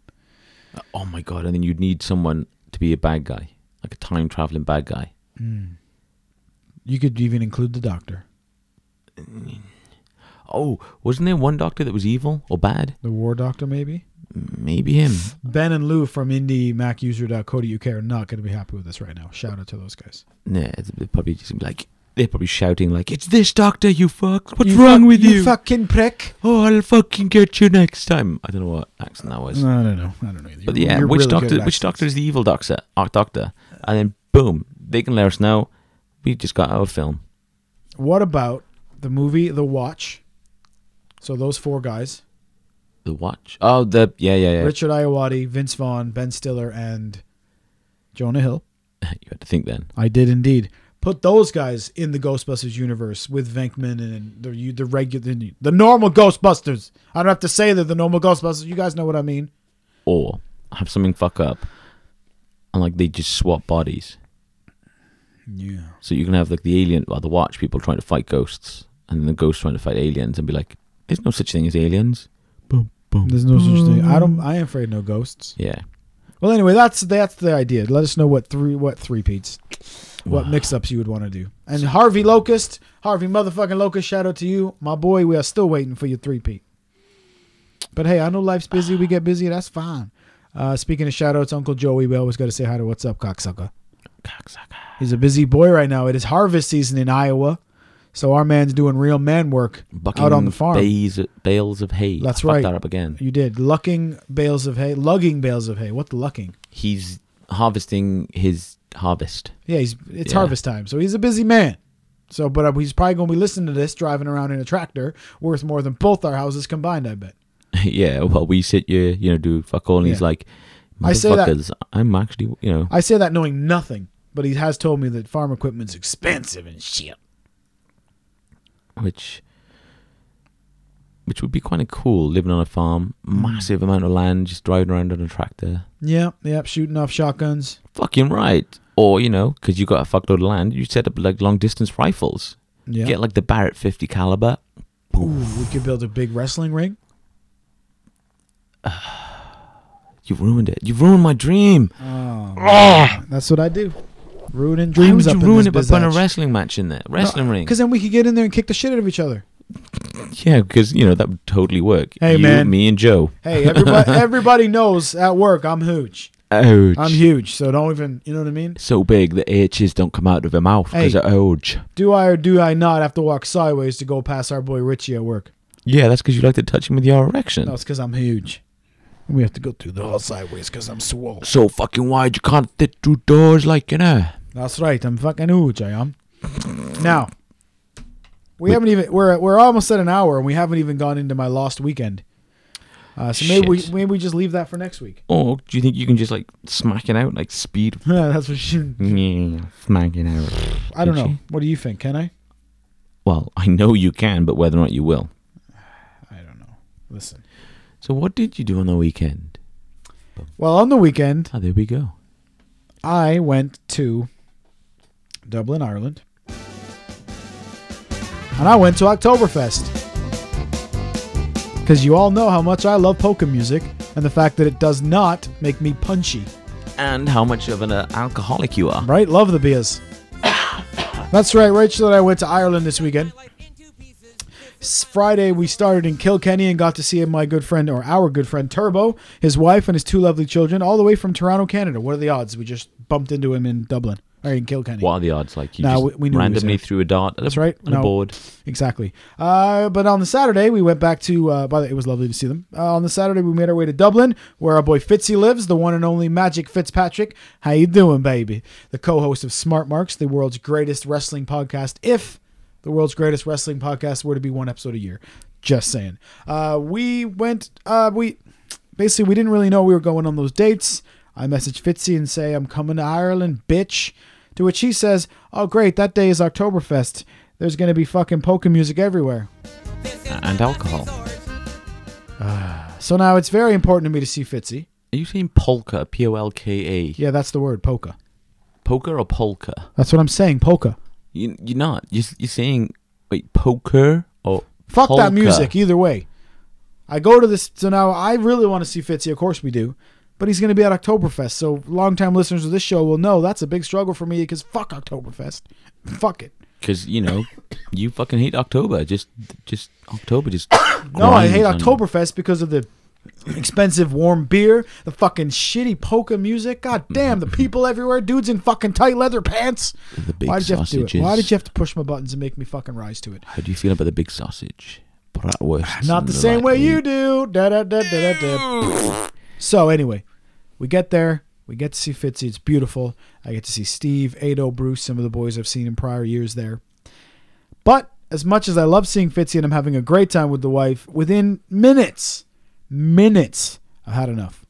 Speaker 3: Oh my god! And then you'd need someone to be a bad guy, like a time traveling bad guy.
Speaker 6: You could even include the Doctor,
Speaker 3: Oh, wasn't there one doctor that was evil or bad?
Speaker 6: the War Doctor, maybe.
Speaker 3: Maybe him.
Speaker 6: Ben and Lou from IndieMacUser.co.uk are not going to be happy with this right now. Shout out to those guys.
Speaker 3: Nah, they're probably just gonna be like they're probably shouting like, "It's this doctor, you fuck! What's
Speaker 6: You
Speaker 3: wrong
Speaker 6: fuck-
Speaker 3: with you?
Speaker 6: fucking prick!
Speaker 3: Oh, I'll fucking get you next time." I don't know what accent that was,
Speaker 6: I don't know. I don't know. Either.
Speaker 3: but
Speaker 6: You're-
Speaker 3: yeah,
Speaker 6: you're
Speaker 3: which
Speaker 6: really good
Speaker 3: doctor?
Speaker 6: at
Speaker 3: Which
Speaker 6: accents.
Speaker 3: doctor is the evil doctor? Our doctor, and then boom, they can let us know. We just got our film.
Speaker 6: What about the movie The Watch? So those four guys:
Speaker 3: The watch. Oh, the yeah, yeah, yeah.
Speaker 6: Richard Iowati, Vince Vaughn, Ben Stiller, and Jonah Hill.
Speaker 3: you had to think then.
Speaker 6: I did indeed put those guys in the Ghostbusters universe with Venkman and the you- the regular the normal Ghostbusters. I don't have to say they're the normal Ghostbusters. You guys know what I mean.
Speaker 3: Or have something fuck up, and like they just swap bodies.
Speaker 6: Yeah.
Speaker 3: So you can have like the alien, or the watch people trying to fight ghosts, and then the ghosts trying to fight aliens, and be like, "There's no such thing as aliens." Boom, boom.
Speaker 6: There's no such thing. I don't. I am afraid no ghosts.
Speaker 3: Yeah.
Speaker 6: Well, anyway, that's that's the idea. Let us know what three what three peats, what mix-ups you would want to do. And Harvey Locust, Harvey motherfucking Locust, shout out to you, my boy. We are still waiting for your three peat. But hey, I know life's busy. We get busy. That's fine. Uh, speaking of shout outs, Uncle Joey, we always got to say hi to what's up, cocksucker. He's a busy boy right now. It is harvest season in Iowa, so our man's doing real man work
Speaker 3: Bucking
Speaker 6: out on the farm.
Speaker 3: Bales, bales of hay.
Speaker 6: That's
Speaker 3: I fucked
Speaker 6: right.
Speaker 3: That up again.
Speaker 6: You did lucking bales of hay, lugging bales of hay. What the lucking?
Speaker 3: He's harvesting his harvest.
Speaker 6: Yeah, he's it's
Speaker 3: Yeah.
Speaker 6: harvest time, so he's a busy man. So, but uh, he's probably going to be listening to this driving around in a tractor worth more than both our houses combined. I bet.
Speaker 3: yeah. Well, we sit here, you know, do fuck all, and he's
Speaker 6: Yeah.
Speaker 3: like,
Speaker 6: I say that-
Speaker 3: "Motherfuckers, I'm actually, you know,
Speaker 6: I say that knowing nothing, but he has told me that farm equipment's expensive and shit.
Speaker 3: which which would be kind of cool living on a farm massive amount of land just driving around on a tractor
Speaker 6: Yep, yep, shooting off shotguns.
Speaker 3: fucking right Or, you know, because you got a fuckload of land, you set up like long distance rifles.
Speaker 6: Yeah.
Speaker 3: Get like the Barrett 50 caliber.
Speaker 6: Ooh, we could build a big wrestling ring.
Speaker 3: You ruined it. You ruined my dream.
Speaker 6: That's what I do. Ruining
Speaker 3: Why
Speaker 6: dreams
Speaker 3: would you
Speaker 6: up
Speaker 3: ruin
Speaker 6: in
Speaker 3: it by
Speaker 6: this
Speaker 3: putting a wrestling match in there? Wrestling ring.
Speaker 6: Because then we could get in there and kick the shit out of each other.
Speaker 3: Yeah, because you know that would totally work.
Speaker 6: Hey,
Speaker 3: you,
Speaker 6: man.
Speaker 3: me and Joe.
Speaker 6: Hey, everybody, everybody knows at work I'm huge.
Speaker 3: Ouch.
Speaker 6: I'm huge, so don't even. You know what I mean?
Speaker 3: so big that H's don't come out of her mouth because
Speaker 6: Hey.
Speaker 3: of ouch.
Speaker 6: Do I or do I not have to walk sideways to go past our boy Richie at work?
Speaker 3: Yeah, that's because you like to touch him with your erection.
Speaker 6: No, it's because I'm huge. We have to go through the hall sideways because I'm swole.
Speaker 3: So fucking wide you can't fit through doors like you know.
Speaker 6: That's right. I'm fucking huge. I am. Now, we haven't even. We're we're almost at an hour, and we haven't even gone into my lost weekend. Uh, so maybe we
Speaker 3: Shit.
Speaker 6: maybe we just leave that for next week.
Speaker 3: Or do you think you can just like smack it out like speed?
Speaker 6: That's what she.
Speaker 3: Yeah, smack it out.
Speaker 6: I don't
Speaker 3: Did
Speaker 6: know.
Speaker 3: she?
Speaker 6: What do you think? Can I?
Speaker 3: Well, I know you can, but whether or not you will.
Speaker 6: I don't know. Listen.
Speaker 3: So what did you do on the weekend?
Speaker 6: Well, on the weekend,
Speaker 3: Ah, there we go.
Speaker 6: I went to Dublin, Ireland, and I went to Oktoberfest because you all know how much I love polka music and the fact that it does not make me punchy.
Speaker 3: And how much of an uh, alcoholic you are.
Speaker 6: Right? Love the beers. That's right, Rachel and I went to Ireland this weekend. S- Friday, we started in Kilkenny and got to see my good friend, or our good friend, Turbo, his wife, and his two lovely children, all the way from Toronto, Canada. What are the odds? We just bumped into him in Dublin, or in Kilkenny.
Speaker 3: What are the odds? Like you
Speaker 6: Nah,
Speaker 3: just
Speaker 6: we- we knew he was
Speaker 3: randomly
Speaker 6: there.
Speaker 3: threw a dart at a,
Speaker 6: That's right.
Speaker 3: at
Speaker 6: No.
Speaker 3: a board.
Speaker 6: Exactly. Uh, but on the Saturday, we went back to. Uh, by the, it was lovely to see them. Uh, on the Saturday, we made our way to Dublin, where our boy Fitzy lives, the one and only Magic Fitzpatrick. How you doing, baby? The co-host of Smart Marks, the world's greatest wrestling podcast. If the world's greatest wrestling podcast were to be one episode a year, just saying. Uh, we went. Uh, we basically we didn't really know we were going on those dates. I message Fitzy and say I'm coming to Ireland, bitch. To which he says, "Oh great, that day is Oktoberfest. There's gonna be fucking polka music everywhere."
Speaker 3: and alcohol.
Speaker 6: So now it's very important to me to see Fitzy.
Speaker 3: Are you saying polka? P O L K A.
Speaker 6: Yeah, that's the word, polka.
Speaker 3: Poker or polka?
Speaker 6: That's what I'm saying, polka.
Speaker 3: You, you're not. You're, you're saying wait poker or
Speaker 6: Fuck
Speaker 3: polka?
Speaker 6: that music. Either way, I go to this. So now I really want to see Fitzy. Of course we do, but he's gonna be at Oktoberfest. So longtime listeners of this show will know that's a big struggle for me because fuck Oktoberfest. Fuck it.
Speaker 3: Because you know, you fucking hate October. Just, just October. Just
Speaker 6: No, I
Speaker 3: grinds
Speaker 6: hate
Speaker 3: on you.
Speaker 6: Oktoberfest because of the expensive warm beer, the fucking shitty polka music. God
Speaker 3: Mm-hmm.
Speaker 6: damn, the people everywhere, dudes in fucking tight leather pants.
Speaker 3: The big
Speaker 6: Why did you have to do
Speaker 3: sausages.
Speaker 6: it? Why did you have to push my buttons and make me fucking rise to it?
Speaker 3: How do you feel about the big sausage? Bratwursts
Speaker 6: Not
Speaker 3: and
Speaker 6: the same
Speaker 3: like.
Speaker 6: way you do. Da da da da da da. So anyway, we get there. We get to see Fitzy. It's beautiful. I get to see Steve, Ado, Bruce, some of the boys I've seen in prior years there. But as much as I love seeing Fitzy and I'm having a great time with the wife, within minutes, minutes, I've had enough.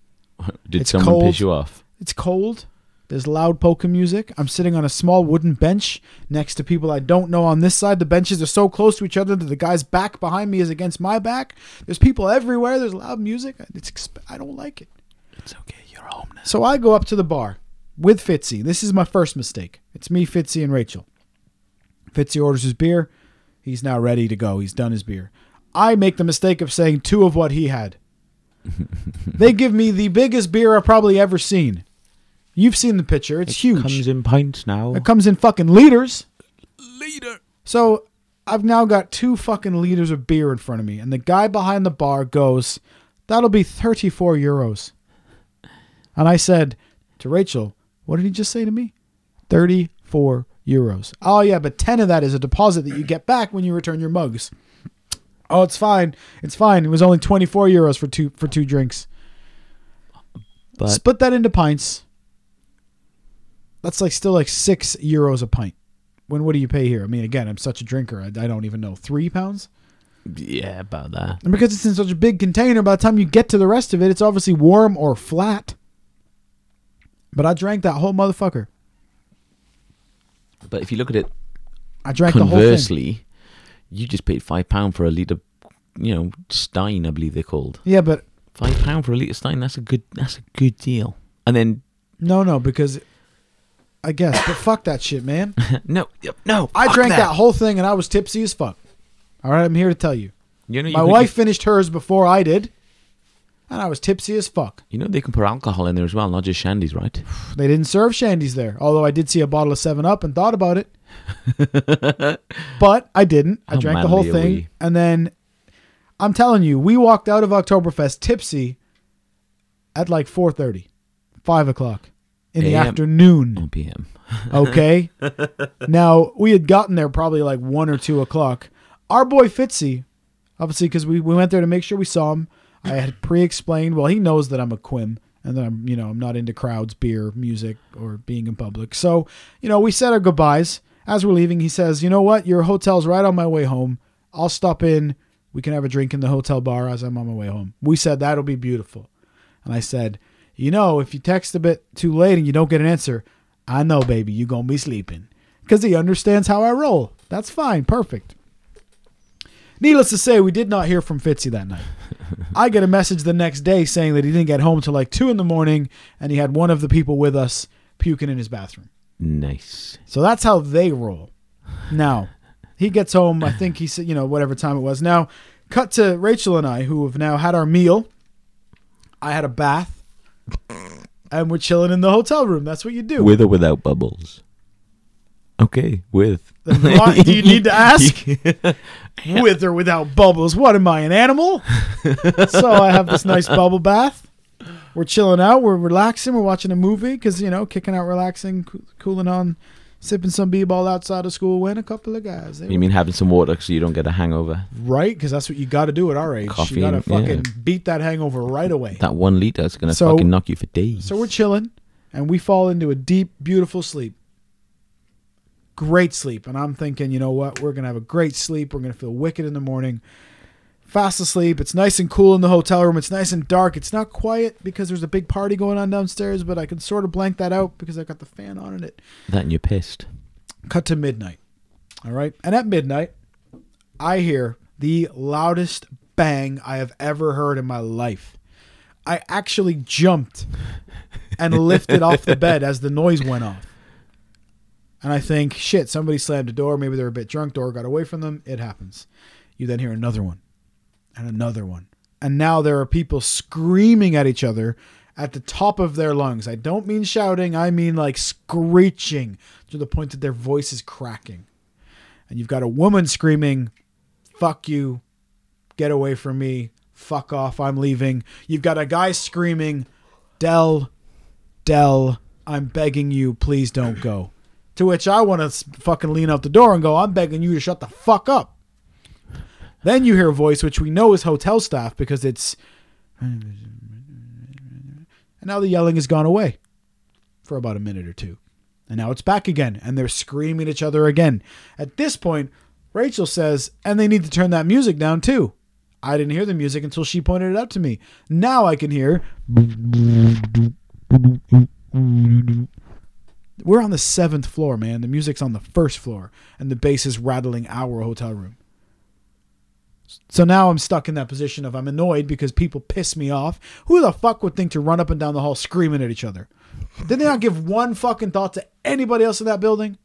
Speaker 3: Did
Speaker 6: It's
Speaker 3: someone
Speaker 6: cold.
Speaker 3: piss you off?
Speaker 6: It's cold. There's loud polka music. I'm sitting on a small wooden bench next to people I don't know on this side. The benches are so close to each other that the guy's back behind me is against my back. There's people everywhere. There's loud music. It's exp- I don't like it.
Speaker 3: It's okay. You're home now.
Speaker 6: So I go up to the bar with Fitzy. This is my first mistake. It's me, Fitzy, and Rachel. Fitzy orders his beer. He's now ready to go. He's done his beer. I make the mistake of saying two of what he had. they give me the biggest beer I've probably ever seen. You've seen the picture. It's huge.
Speaker 3: Comes in pints now.
Speaker 6: It comes in fucking liters. Liter. So I've now got two fucking liters of beer in front of me, and the guy behind the bar goes, "That'll be thirty-four euros." And I said to Rachel, "What did he just say to me? Thirty-four euros. Oh yeah, but ten of that is a deposit that you get back when you return your mugs." Oh, it's fine. It's fine. It was only twenty-four euros for two for two drinks.
Speaker 3: But-
Speaker 6: Split that into pints. That's like still like six euros a pint. When what do you pay here? I mean, again, I'm such a drinker. I, I don't even know three pounds.
Speaker 3: yeah, about that.
Speaker 6: And because it's in such a big container, by the time you get to the rest of it, it's obviously warm or flat. But I drank that whole motherfucker.
Speaker 3: But if you look at it
Speaker 6: I drank the whole thing.
Speaker 3: conversely, you just paid five pound for a liter. You know, Stein, I believe they're called.
Speaker 6: Yeah, but
Speaker 3: Five pound for a liter Stein. That's a good. That's a good deal. And then
Speaker 6: no, no, because I guess, but fuck that shit, man.
Speaker 3: No, yep, no.
Speaker 6: I
Speaker 3: fuck
Speaker 6: drank that. whole thing and I was tipsy as fuck. All right, I'm here to tell you.
Speaker 3: You know, you
Speaker 6: My
Speaker 3: could-
Speaker 6: wife finished hers before I did, and I was tipsy as fuck.
Speaker 3: You know they can put alcohol in there as well, not just shandies, right?
Speaker 6: They didn't serve shandies there, although I did see a bottle of 7 Up and thought about it. but I didn't. I
Speaker 3: How
Speaker 6: drank the whole
Speaker 3: manly are
Speaker 6: thing.
Speaker 3: we?
Speaker 6: And then I'm telling you, we walked out of Oktoberfest tipsy at like 4.30, 5 o'clock in the
Speaker 3: AM.
Speaker 6: afternoon.
Speaker 3: 1 p.m.
Speaker 6: Okay? now, we had gotten there probably like 1 or 2 o'clock. Our boy Fitzy, obviously, because we, we went there to make sure we saw him. I had pre-explained. Well, he knows that I'm a quim and that I'm, you know, I'm not into crowds, beer, music, or being in public. So, you know, we said our goodbyes. As we're leaving, he says, "You know what? Your hotel's right on my way home. I'll stop in. We can have a drink in the hotel bar as I'm on my way home." We said that'll be beautiful, and I said, "You know, if you text a bit too late and you don't get an answer, I know, baby, you gonna be sleeping." Because he understands how I roll. That's fine. Perfect. Needless to say, we did not hear from Fitzy that night. I get a message the next day saying that he didn't get home till like two in the morning, and he had one of the people with us puking in his bathroom.
Speaker 3: Nice.
Speaker 6: So that's how they roll. Now, he gets home. I think he said, you know, whatever time it was. Now, cut to Rachel and I, who have now had our meal. I had a bath, and we're chilling in the hotel room. That's what you do.
Speaker 3: With or without bubbles? Okay, with.
Speaker 6: Why do you need to ask? With or without bubbles. What am I, an animal? so I have this nice bubble bath. We're chilling out. We're relaxing. We're watching a movie because, you know, kicking out, relaxing, coo- cooling on, sipping some b ball outside of school. When a couple of guys. They
Speaker 3: You mean having some water so you don't get a hangover?
Speaker 6: right? Because that's what you got to do at our age.
Speaker 3: Coffee
Speaker 6: you got to
Speaker 3: and- yeah.
Speaker 6: fucking beat that hangover right away.
Speaker 3: That one liter is gonna
Speaker 6: So-
Speaker 3: fucking knock you for days.
Speaker 6: So we're chilling and we fall into a deep, beautiful sleep. Great sleep. And I'm thinking, you know what? We're going to have a great sleep. We're going to feel wicked in the morning. Fast asleep. It's nice and cool in the hotel room. It's nice and dark. It's not quiet because there's a big party going on downstairs, but I can sort of blank that out because I've got the fan on and it
Speaker 3: that and you're pissed.
Speaker 6: cut to midnight. All right. And at midnight, I hear the loudest bang I have ever heard in my life. I actually jumped and lifted off the bed as the noise went off. And I think, shit, somebody slammed a door. Maybe they're a bit drunk. Door got away from them. It happens. You then hear another one and another one. And now there are people screaming at each other at the top of their lungs. I don't mean shouting, I mean like screeching to the point that their voice is cracking. And you've got a woman screaming, fuck you, get away from me, fuck off, I'm leaving. You've got a guy screaming, Dell, Dell, I'm begging you, please don't go. To which I want to fucking lean out the door and go, I'm begging you to shut the fuck up. Then you hear a voice, which we know is hotel staff because it's. And now the yelling has gone away for about a minute or two. And now it's back again, and they're screaming at each other again. At this point, Rachel says, and they need to turn that music down too. I didn't hear the music until she pointed it out to me. Now I can hear. We're on the seventh floor, man. The music's on the first floor, and the bass is rattling our hotel room. So now I'm stuck in that position of I'm annoyed because people piss me off. Who the fuck would think to run up and down the hall screaming at each other? Did they not give one fucking thought to anybody else in that building?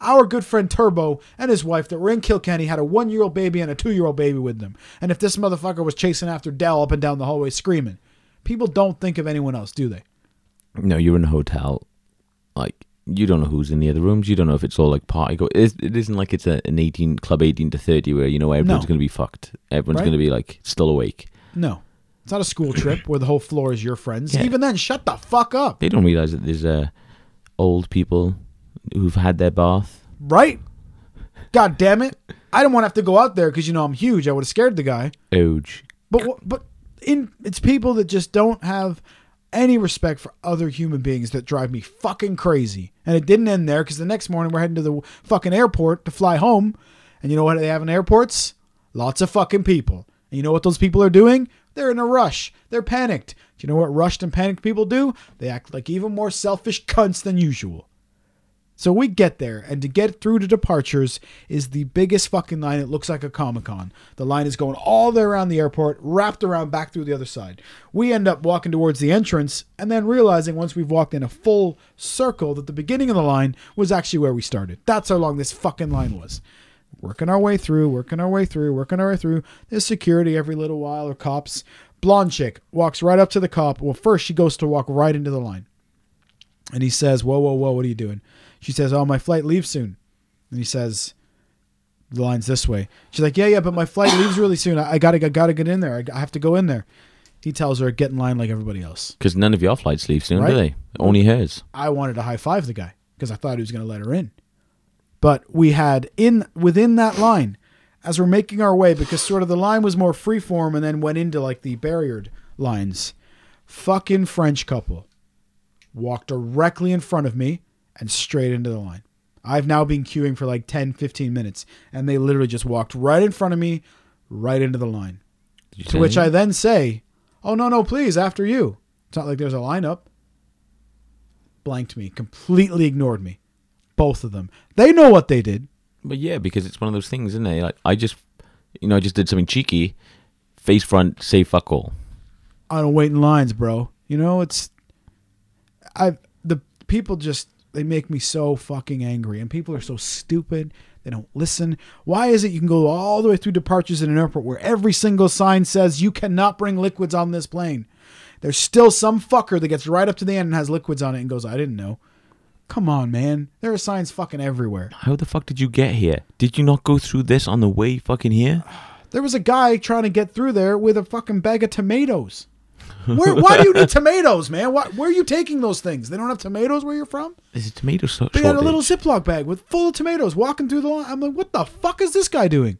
Speaker 6: Our good friend Turbo and his wife that were in Kilkenny had a one year old baby and a two year old baby with them. And if this motherfucker was chasing after Dell up and down the hallway screaming, people don't think of anyone else, do they?
Speaker 3: No, you're in a hotel. Like you don't know who's in the other rooms. You don't know if it's all like party. Go. It, is- it isn't like it's a, an eighteen club, eighteen to thirty, where you know everyone's
Speaker 6: No.
Speaker 3: gonna be fucked. Everyone's
Speaker 6: Right.
Speaker 3: gonna be like still awake.
Speaker 6: No. It's not a school trip where the whole floor is your friends.
Speaker 3: Yeah.
Speaker 6: Even then, shut the fuck up.
Speaker 3: They don't realize that there's uh, old people who've had their bath.
Speaker 6: Right? God damn it. I didn't want to have to go out there because, you know, I'm huge. I would have scared the guy.
Speaker 3: Age.
Speaker 6: But wha- but in it's people that just don't have any respect for other human beings that drive me fucking crazy. And it didn't end there because the next morning we're heading to the fucking airport to fly home. And you know what they have in airports? Lots of fucking people. And you know what those people are doing? They're in a rush. They're panicked. Do you know what rushed and panicked people do? They act like even more selfish cunts than usual. So we get there, and to get through to departures is the biggest fucking line. It looks like a Comic Con. The line is going all the way around the airport, wrapped around back through the other side. We end up walking towards the entrance, and then realizing once we've walked in a full circle that the beginning of the line was actually where we started. That's how long this fucking line was working our way through, working our way through, working our way through. There's security every little while or cops. Blonde chick walks right up to the cop. Well, first she goes to walk right into the line. And he says, Whoa, whoa, whoa, what are you doing? She says, Oh, my flight leaves soon. And he says, The line's this way. She's like, Yeah, yeah, but my flight leaves really soon. I, I gotta I gotta get in there. I, I have to go in there. He tells her, Get in line like everybody else.
Speaker 3: Because none of your flights leave soon,
Speaker 6: Right.
Speaker 3: do they? Only hers.
Speaker 6: I wanted to high five the guy because I thought he was going to let her in. But we had in within that line, as we're making our way, because sort of the line was more freeform and then went into like the barriered lines. Fucking French couple walked directly in front of me and straight into the line. I've now been queuing for like 10, 15 minutes, and they literally just walked right in front of me, right into the line.
Speaker 3: Did you
Speaker 6: To
Speaker 3: say
Speaker 6: which I
Speaker 3: anything?
Speaker 6: then say, "Oh no, no, please, after you." It's not like there's a lineup. Blanked me, completely ignored me. Both of them. They know what they did.
Speaker 3: But yeah, because it's one of those things, isn't it? Like I just, you know, I just did something cheeky, face front, say fuck all.
Speaker 6: I don't wait in lines, bro. You know, it's I the people just they make me so fucking angry and people are so stupid. They don't listen. Why is it you can go all the way through departures in an airport where every single sign says you cannot bring liquids on this plane? There's still some fucker that gets right up to the end and has liquids on it and goes, I didn't know. Come on, man. There are signs fucking everywhere.
Speaker 3: How the fuck did you get here? Did you not go through this on the way fucking here?
Speaker 6: There was a guy trying to get through there with a fucking bag of tomatoes. Where, why do you need tomatoes, man? Why, where are you taking those things? They don't have tomatoes where you're from?
Speaker 3: There's a tomato so-
Speaker 6: They
Speaker 3: shortage.
Speaker 6: had a little Ziploc bag with full of tomatoes walking through the line. I'm like, what the fuck is this guy doing?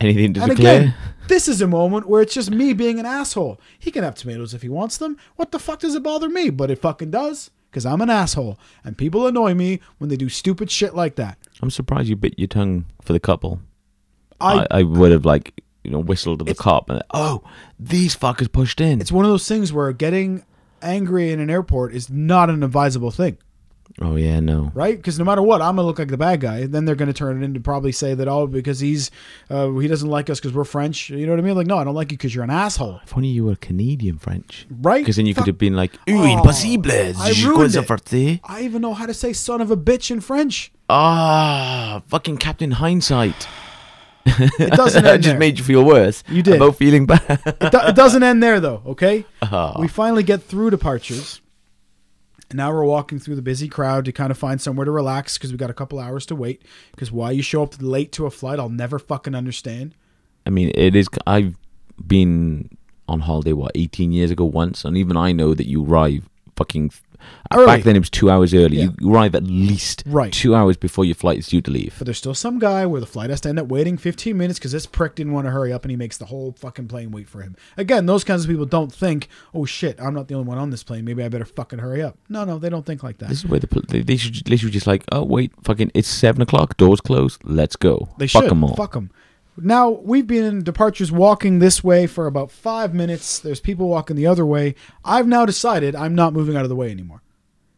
Speaker 3: Anything to
Speaker 6: And
Speaker 3: declare?
Speaker 6: again, this is a moment where it's just me being an asshole. He can have tomatoes if he wants them. What the fuck does it bother me? But it fucking does because I'm an asshole. And people annoy me when they do stupid shit like that.
Speaker 3: I'm surprised you bit your tongue for the couple.
Speaker 6: I,
Speaker 3: I, I would have like, you know, whistled to the cop and oh, these fuckers pushed in.
Speaker 6: it's one of those things where getting angry in an airport is not an advisable thing.
Speaker 3: Oh yeah, no.
Speaker 6: right? Because no matter what, I'm gonna look like the bad guy. Then they're gonna turn it into probably say that oh because he's uh, he doesn't like us because we're French. You know what I mean? Like no, I don't like you because you're an asshole,
Speaker 3: If only you were Canadian French,
Speaker 6: right?
Speaker 3: Because then you
Speaker 6: Fuck.
Speaker 3: could have been like, "Ooh,
Speaker 6: Oh,
Speaker 3: impossible!
Speaker 6: I
Speaker 3: Je
Speaker 6: ruined
Speaker 3: crois
Speaker 6: it.
Speaker 3: avoir été."
Speaker 6: I even know how to say "son of a bitch" in French.
Speaker 3: Ah, fucking Captain Hindsight.
Speaker 6: It doesn't
Speaker 3: That
Speaker 6: end
Speaker 3: just
Speaker 6: there.
Speaker 3: made you feel worse.
Speaker 6: You did.
Speaker 3: about feeling bad.
Speaker 6: it, do- it doesn't end there though. Okay,
Speaker 3: Uh-huh.
Speaker 6: we finally get through departures. And now we're walking through the busy crowd to kind of find somewhere to relax because we got a couple hours to wait. Because why you show up late to a flight, I'll never fucking understand.
Speaker 3: I mean, it is. I've been on holiday what 18 years ago once, and even I know that you arrive fucking.
Speaker 6: Early.
Speaker 3: Back then it was two hours early.
Speaker 6: Yeah.
Speaker 3: You arrive at least
Speaker 6: Right.
Speaker 3: two hours before your flight is due to leave.
Speaker 6: But there's still some guy where the flight has to end up waiting 15 minutes because this prick didn't want to hurry up and he makes the whole fucking plane wait for him. Again, those kinds of people don't think, oh shit, I'm not the only one on this plane. Maybe I better fucking hurry up. No, no, they don't think like
Speaker 3: This
Speaker 6: that.
Speaker 3: is where the pol- they, they should they should just like oh wait fucking it's seven o'clock doors closed let's go
Speaker 6: They
Speaker 3: fuck
Speaker 6: should.
Speaker 3: them all
Speaker 6: Fuck them. Now, we've been in departures walking this way for about five minutes. There's people walking the other way. I've now decided I'm not moving out of the way anymore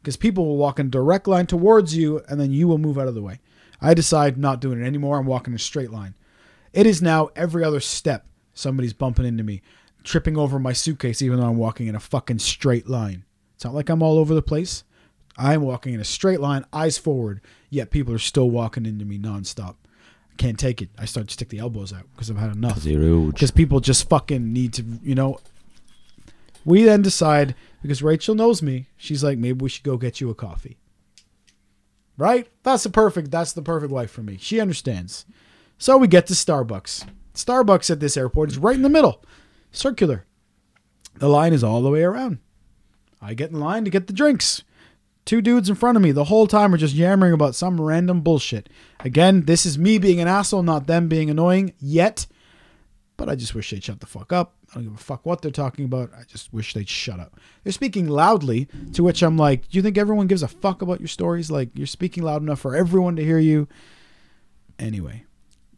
Speaker 6: because people will walk in direct line towards you and then you will move out of the way. I decide not doing it anymore. I'm walking in a straight line. It is now every other step somebody's bumping into me, tripping over my suitcase, even though I'm walking in a fucking straight line. It's not like I'm all over the place. I'm walking in a straight line, eyes forward, yet people are still walking into me nonstop. I can't take it. I start to stick the elbows out because I've had enough.
Speaker 3: zero
Speaker 6: Because people just fucking need to, you know. We then decide because Rachel knows me. She's like, maybe we should go get you a coffee. Right? That's the perfect. That's the perfect wife for me. She understands. So we get to Starbucks. Starbucks at this airport is right in the middle, circular. The line is all the way around. I get in line to get the drinks. Two dudes in front of me the whole time are just yammering about some random bullshit. Again, this is me being an asshole, not them being annoying. Yet, but I just wish they'd shut the fuck up. I don't give a fuck what they're talking about. I just wish they'd shut up. They're speaking loudly, to which I'm like, do you think everyone gives a fuck about your stories? Like, you're speaking loud enough for everyone to hear you. Anyway,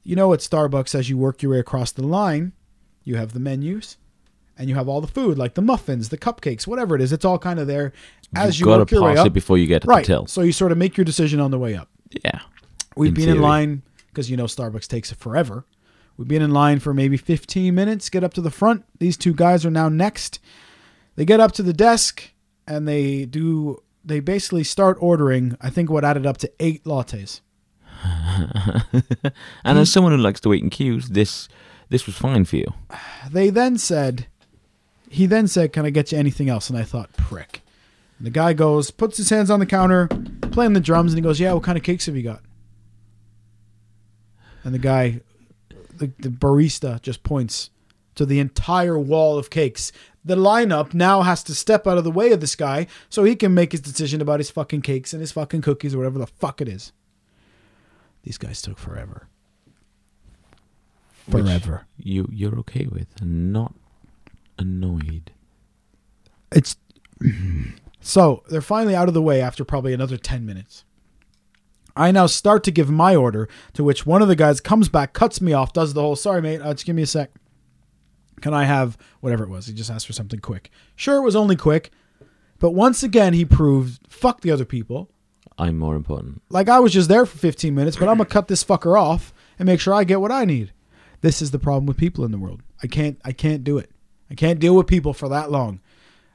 Speaker 6: you know, at Starbucks, as you work your way across the line, you have the menus and you have all the food, like the muffins, the cupcakes, whatever it is. It's all kind of there. as you
Speaker 3: You've got
Speaker 6: work
Speaker 3: to
Speaker 6: your way
Speaker 3: pass
Speaker 6: up.
Speaker 3: it before you get to
Speaker 6: right.
Speaker 3: the till.
Speaker 6: So you sort of make your decision on the way up.
Speaker 3: yeah.
Speaker 6: We've
Speaker 3: In
Speaker 6: been in
Speaker 3: theory.
Speaker 6: line because you know Starbucks takes forever. We've been in line for maybe 15 minutes. Get up to the front. These two guys are now next. They get up to the desk and they do. They basically start ordering. I think what added up to eight lattes.
Speaker 3: And
Speaker 6: Hmm.
Speaker 3: as someone who likes to wait in queues, this this was fine for you.
Speaker 6: They then said, he then said, "Can I get you anything else?" And I thought, prick. And the guy goes, puts his hands on the counter, playing the drums, and he goes, "Yeah, what kind of cakes have you got?" And the guy, the, the barista, just points to the entire wall of cakes. The lineup now has to step out of the way of this guy so he can make his decision about his fucking cakes and his fucking cookies or whatever the fuck it is. These guys took forever.
Speaker 3: Which-
Speaker 6: Forever.
Speaker 3: You you're okay with and not annoyed.
Speaker 6: It's so they're finally out of the way after probably another 10 minutes. I now start to give my order, to which one of the guys comes back, cuts me off, does the whole sorry, mate, uh, just give me a sec. Can I have whatever it was? He just asked for something quick. Sure, it was only quick, but once again, he proved fuck the other people.
Speaker 3: I'm more important.
Speaker 6: Like I was just there for 15 minutes, but I'm gonna cut this fucker off and make sure I get what I need. This is the problem with people in the world. I can't I can't do it. I can't deal with people for that long.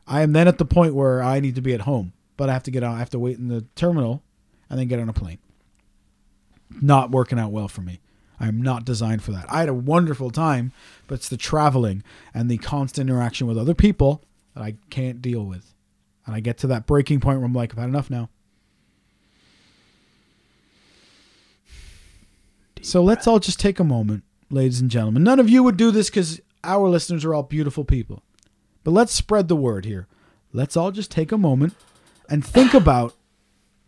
Speaker 6: I am then at the point where I need to be at home, but I have to get out. I have to wait in the terminal and then get on a plane. Not working out well for me. I'm not designed for that. I had a wonderful time, but it's the traveling and the constant interaction with other people that I can't deal with. And I get to that breaking point where I'm like, I've had enough now. So let's all just take a moment, ladies and gentlemen. None of you would do this because our listeners are all beautiful people. But let's spread the word here. Let's all just take a moment and think about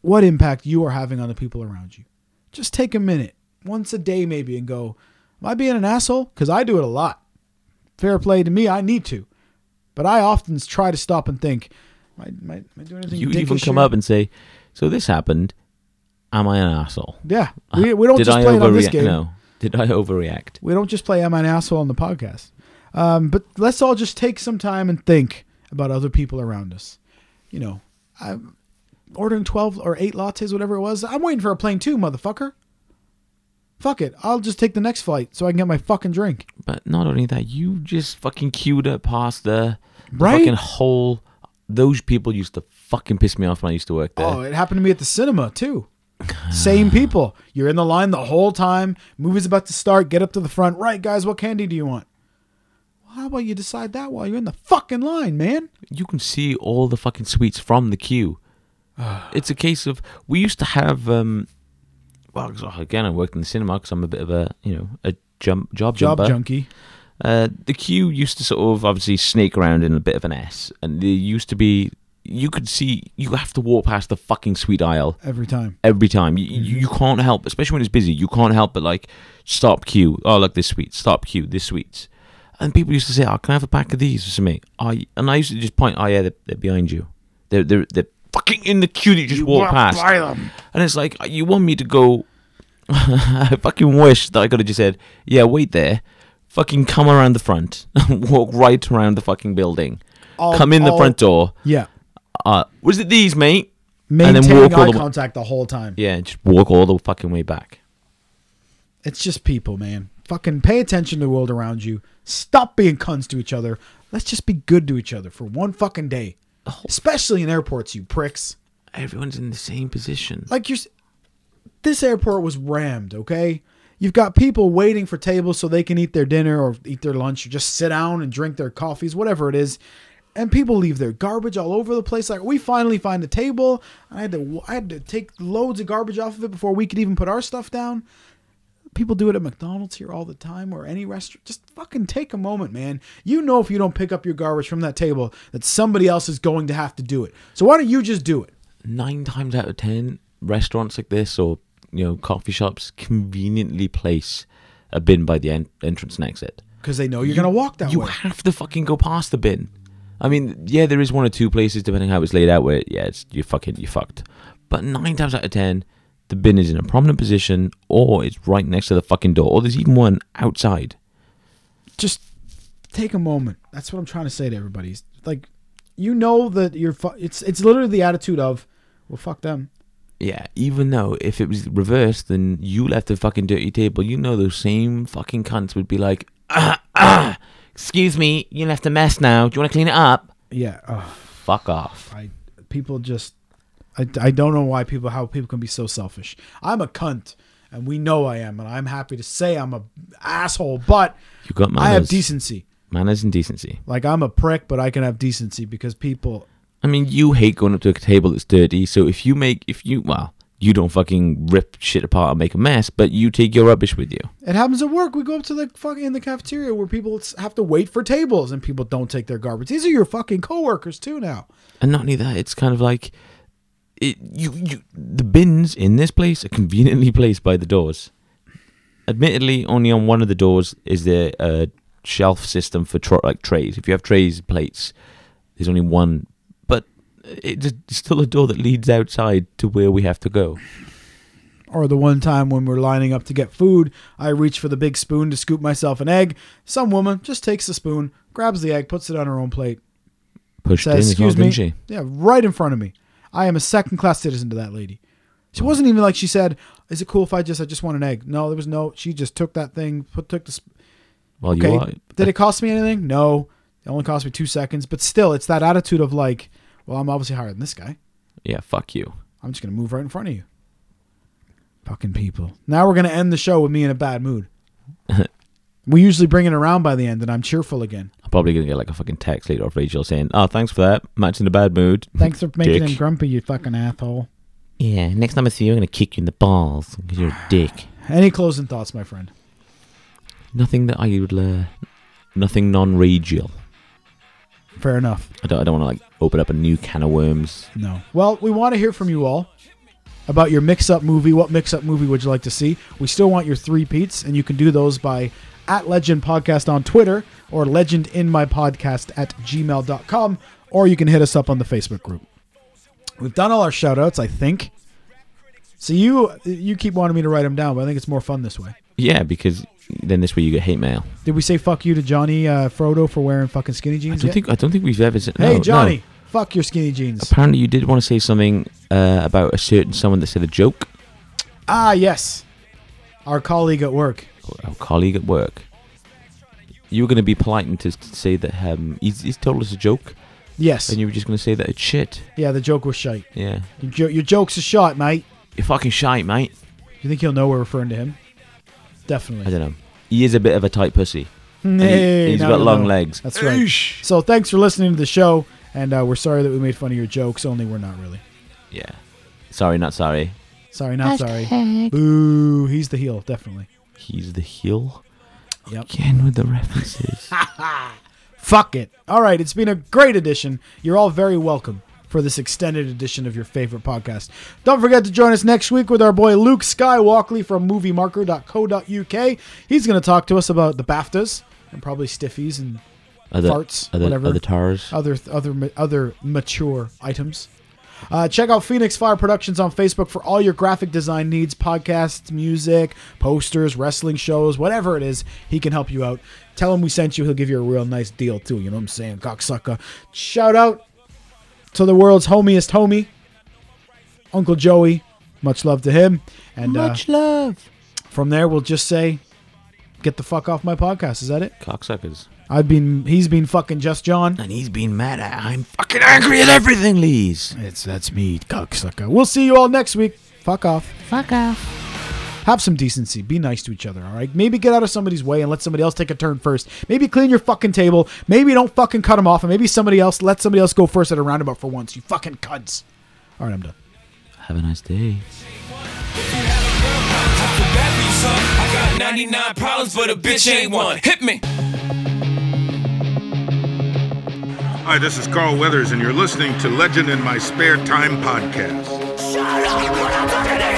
Speaker 6: what impact you are having on the people around you. Just take a minute, once a day maybe, and go, Am I being an asshole? Because I do it a lot. Fair play to me, I need to. But I often try to stop and think, Am I, am I, am I doing anything?
Speaker 3: You
Speaker 6: dickish
Speaker 3: even come
Speaker 6: here?"
Speaker 3: up and say, "So this happened. Am I an asshole?"
Speaker 6: Yeah. We, we don't
Speaker 3: Did
Speaker 6: just
Speaker 3: I
Speaker 6: play it on this
Speaker 3: overreact?
Speaker 6: game.
Speaker 3: No. Did I overreact?
Speaker 6: We don't just play "Am I an asshole?" on the podcast. Um, but let's all just take some time and think about other people around us. You know, I'm ordering twelve or eight lattes, whatever it was. I'm waiting for a plane too, motherfucker. Fuck it. I'll just take the next flight so I can get my fucking drink.
Speaker 3: But not only that, you just fucking queued up past the, the
Speaker 6: Right?
Speaker 3: fucking whole. Those people used to fucking piss me off when I used to work there.
Speaker 6: Oh, it happened to me at the cinema too. Same people. You're in the line the whole time. Movie's about to start. Get up to the front. Right, guys. What candy do you want? Well, how about you decide that while you're in the fucking line, man?
Speaker 3: you can see all the fucking sweets from the queue. it's a case of we used to have. Um, well, 'cause, oh, again, I worked in the cinema because I'm a bit of a you know a jump job
Speaker 6: Job
Speaker 3: jumper.
Speaker 6: junkie.
Speaker 3: Uh, the queue used to sort of obviously snake around in a bit of an S, and there used to be you could see you have to walk past the fucking sweet aisle
Speaker 6: Every time.
Speaker 3: every time. You,
Speaker 6: Mm-hmm.
Speaker 3: you you can't help, especially when it's busy. You can't help but like stop queue. Oh, look this sweet. Stop queue. This sweets. And people used to say, "Oh, can I have a pack of these?" Or something. I and I used to just point, "Oh yeah, they're, they're behind you. They're they're they're fucking in the queue that you just walk past." And it's like you want me to go. I fucking wish that I could have just said, "Yeah, wait there." Fucking come around the front, walk right around the fucking building,
Speaker 6: All-
Speaker 3: come in the
Speaker 6: all-
Speaker 3: front door.
Speaker 6: Yeah.
Speaker 3: Uh, was it these, mate?
Speaker 6: maintaining
Speaker 3: and then walk all
Speaker 6: eye
Speaker 3: the way.
Speaker 6: contact the whole time.
Speaker 3: Yeah, just walk all the fucking way back.
Speaker 6: It's just people, man. Fucking pay attention to the world around you. Stop being cunts to each other. Let's just be good to each other for one fucking day. Especially in airports, you pricks.
Speaker 3: everyone's in the same position.
Speaker 6: Like you're. s- This airport was rammed. Okay, you've got people waiting for tables so they can eat their dinner or eat their lunch or just sit down and drink their coffees, whatever it is. And people leave their garbage all over the place. Like we finally find a table. I had to I had to take loads of garbage off of it before we could even put our stuff down. People do it at McDonald's here all the time or any restaurant. Just fucking take a moment, man. You know if you don't pick up your garbage from that table that somebody else is going to have to do it. So why don't you just do it?
Speaker 3: Nine times out of ten, restaurants like this or you know coffee shops conveniently place a bin by the en- entrance and exit.
Speaker 6: Because they know you're gonna walk that
Speaker 3: you
Speaker 6: way.
Speaker 3: have to fucking go past the bin. I mean, yeah, there is one or two places depending how it's laid out where yeah, it's, you fucking you fucked. But nine times out of ten, the bin is in a prominent position or it's right next to the fucking door or there's even one outside.
Speaker 6: just take a moment. That's what I'm trying to say to everybody. Like, you know that you're. Fu- it's it's literally the attitude of, well, fuck them.
Speaker 3: Yeah, even though if it was reversed, then you left the fucking dirty table. You know those same fucking cunts would be like, ah, ah, excuse me, you left a mess now. Do you want to clean it up?
Speaker 6: Yeah. ugh,
Speaker 3: Fuck off.
Speaker 6: I people just. I, I don't know why people how people can be so selfish. I'm a cunt, and we know I am, and I'm happy to say I'm a asshole. But
Speaker 3: You got manners.
Speaker 6: I have decency.
Speaker 3: manners and decency.
Speaker 6: Like I'm a prick, but I can have decency because people.
Speaker 3: I mean, you hate going up to a table that's dirty. So if you make, if you, well, you don't fucking rip shit apart and make a mess, but you take your rubbish with you.
Speaker 6: It happens at work. We go up to the fucking in the cafeteria where people s- have to wait for tables, and people don't take their garbage. These are your fucking coworkers too now.
Speaker 3: And not only that, it's kind of like, it, you, you, the bins in this place are conveniently placed by the doors. Admittedly, only on one of the doors is there a shelf system for tro- like trays. If you have trays, plates, there's only one, but it's still a door that leads outside to where we have to go.
Speaker 6: Or the one time when we're lining up to get food, I reach for the big spoon to scoop myself an egg. Some woman just takes the spoon, grabs the egg, puts it on her own plate,
Speaker 3: Pushed in,
Speaker 6: says,
Speaker 3: it's all
Speaker 6: "Excuse me."
Speaker 3: dingy.
Speaker 6: Yeah, right in front of me. I am a second class citizen to that lady. She wasn't even like she said, "Is it cool if I just I just want an egg?" No, there was no. She just took that thing, put took the. Sp-
Speaker 3: Well, you are.
Speaker 6: Okay. Did it cost me anything? No. It only cost me two seconds. But still, it's that attitude of like, well, I'm obviously higher than this guy.
Speaker 3: Yeah, fuck you.
Speaker 6: I'm just gonna move right in front of you. Fucking people. Now we're gonna end the show with me in a bad mood. we usually bring it around by the end, and I'm cheerful again.
Speaker 3: I'm probably gonna get like a fucking text later off Rachel saying, "Oh, thanks for that. Matt's in a bad mood."
Speaker 6: Thanks for making
Speaker 3: Dick.
Speaker 6: him grumpy, you fucking asshole.
Speaker 3: Yeah, next time I see you, I'm gonna kick you in the balls because you're a dick.
Speaker 6: Any closing thoughts, my friend?
Speaker 3: Nothing that I would, uh, nothing non-radial.
Speaker 6: Fair enough.
Speaker 3: I don't, I don't want to like open up a new can of worms.
Speaker 6: No. Well, we want to hear from you all about your mix-up movie. What mix-up movie would you like to see? We still want your three peats, and you can do those by at Legend Podcast on Twitter or Legend in My Podcast at gmail.com, or you can hit us up on the Facebook group. We've done all our shout-outs, I think. So you you keep wanting me to write them down, but I think it's more fun this way.
Speaker 3: Yeah, because then this way you get hate mail.
Speaker 6: Did we say fuck you to Johnny uh, Frodo for wearing fucking skinny
Speaker 3: I
Speaker 6: jeans?
Speaker 3: don't
Speaker 6: yet?
Speaker 3: think I don't think we've ever said. no,
Speaker 6: hey
Speaker 3: no.
Speaker 6: Johnny, fuck your skinny jeans.
Speaker 3: Apparently, you did want to say something uh, about a certain someone that said a joke.
Speaker 6: Ah yes, our colleague at work.
Speaker 3: our colleague at work. You were going to be polite and to say that um, he's, he's told us a joke,
Speaker 6: Yes.
Speaker 3: and you were just going to say that it's shit.
Speaker 6: Yeah, the joke was shite.
Speaker 3: Yeah.
Speaker 6: Your, jo- your joke's a shite, mate.
Speaker 3: You're fucking shite, mate.
Speaker 6: You think he'll know we're referring to him?
Speaker 3: I
Speaker 6: Definitely.
Speaker 3: don't know. He is a bit of a tight pussy.
Speaker 6: Nah,
Speaker 3: He, has
Speaker 6: now
Speaker 3: got
Speaker 6: you
Speaker 3: long
Speaker 6: know.
Speaker 3: legs.
Speaker 6: That's right. So thanks for listening to the show, and uh, we're sorry that we made fun of your jokes. Only we're not really.
Speaker 3: Yeah. Sorry, not sorry.
Speaker 6: Sorry, not sorry.
Speaker 9: Hashtag.
Speaker 6: Boo! He's the heel, definitely.
Speaker 3: He's the heel.
Speaker 6: Yep.
Speaker 3: Again with the references.
Speaker 6: Fuck it. All right, it's been a great edition. You're all very welcome for this extended edition of your favorite podcast. Don't forget to join us next week with our boy Luke Skywalkley from moviemarker.co.uk. He's going to talk to us about the BAFTAs and probably Stiffies and
Speaker 3: other,
Speaker 6: Farts,
Speaker 3: other,
Speaker 6: whatever.
Speaker 3: Other tars.
Speaker 6: other other other mature items. Uh, check out Phoenix Fire Productions on Facebook for all your graphic design needs, podcasts, music, posters, wrestling shows, whatever it is. He can help you out. Tell him we sent you. He'll give you a real nice deal too. You know what I'm saying, cocksucker. Shout out to the world's homiest homie, Uncle Joey. Much love to him. And uh,
Speaker 9: Much love.
Speaker 6: from there, we'll just say, get the fuck off my podcast. Is that it?
Speaker 3: Cocksuckers.
Speaker 6: I've been. He's been fucking just John.
Speaker 3: And he's been mad at. I'm fucking angry at everything, Lees.
Speaker 6: It's that's me, cocksucker. We'll see you all next week. Fuck off.
Speaker 9: Fuck off.
Speaker 6: Have some decency. Be nice to each other, all right? Maybe get out of somebody's way and let somebody else take a turn first. Maybe clean your fucking table. Maybe don't fucking cut them off. And maybe somebody else let somebody else go first at a roundabout for once. You fucking cunts. All right, I'm done.
Speaker 3: Have a nice day.
Speaker 5: I got 99 problems, but a bitch ain't one. Hit me.
Speaker 8: Hi, this is Carl Weathers, and you're listening to Legend in My Spare Time podcast.
Speaker 5: Shut up when I'm talking to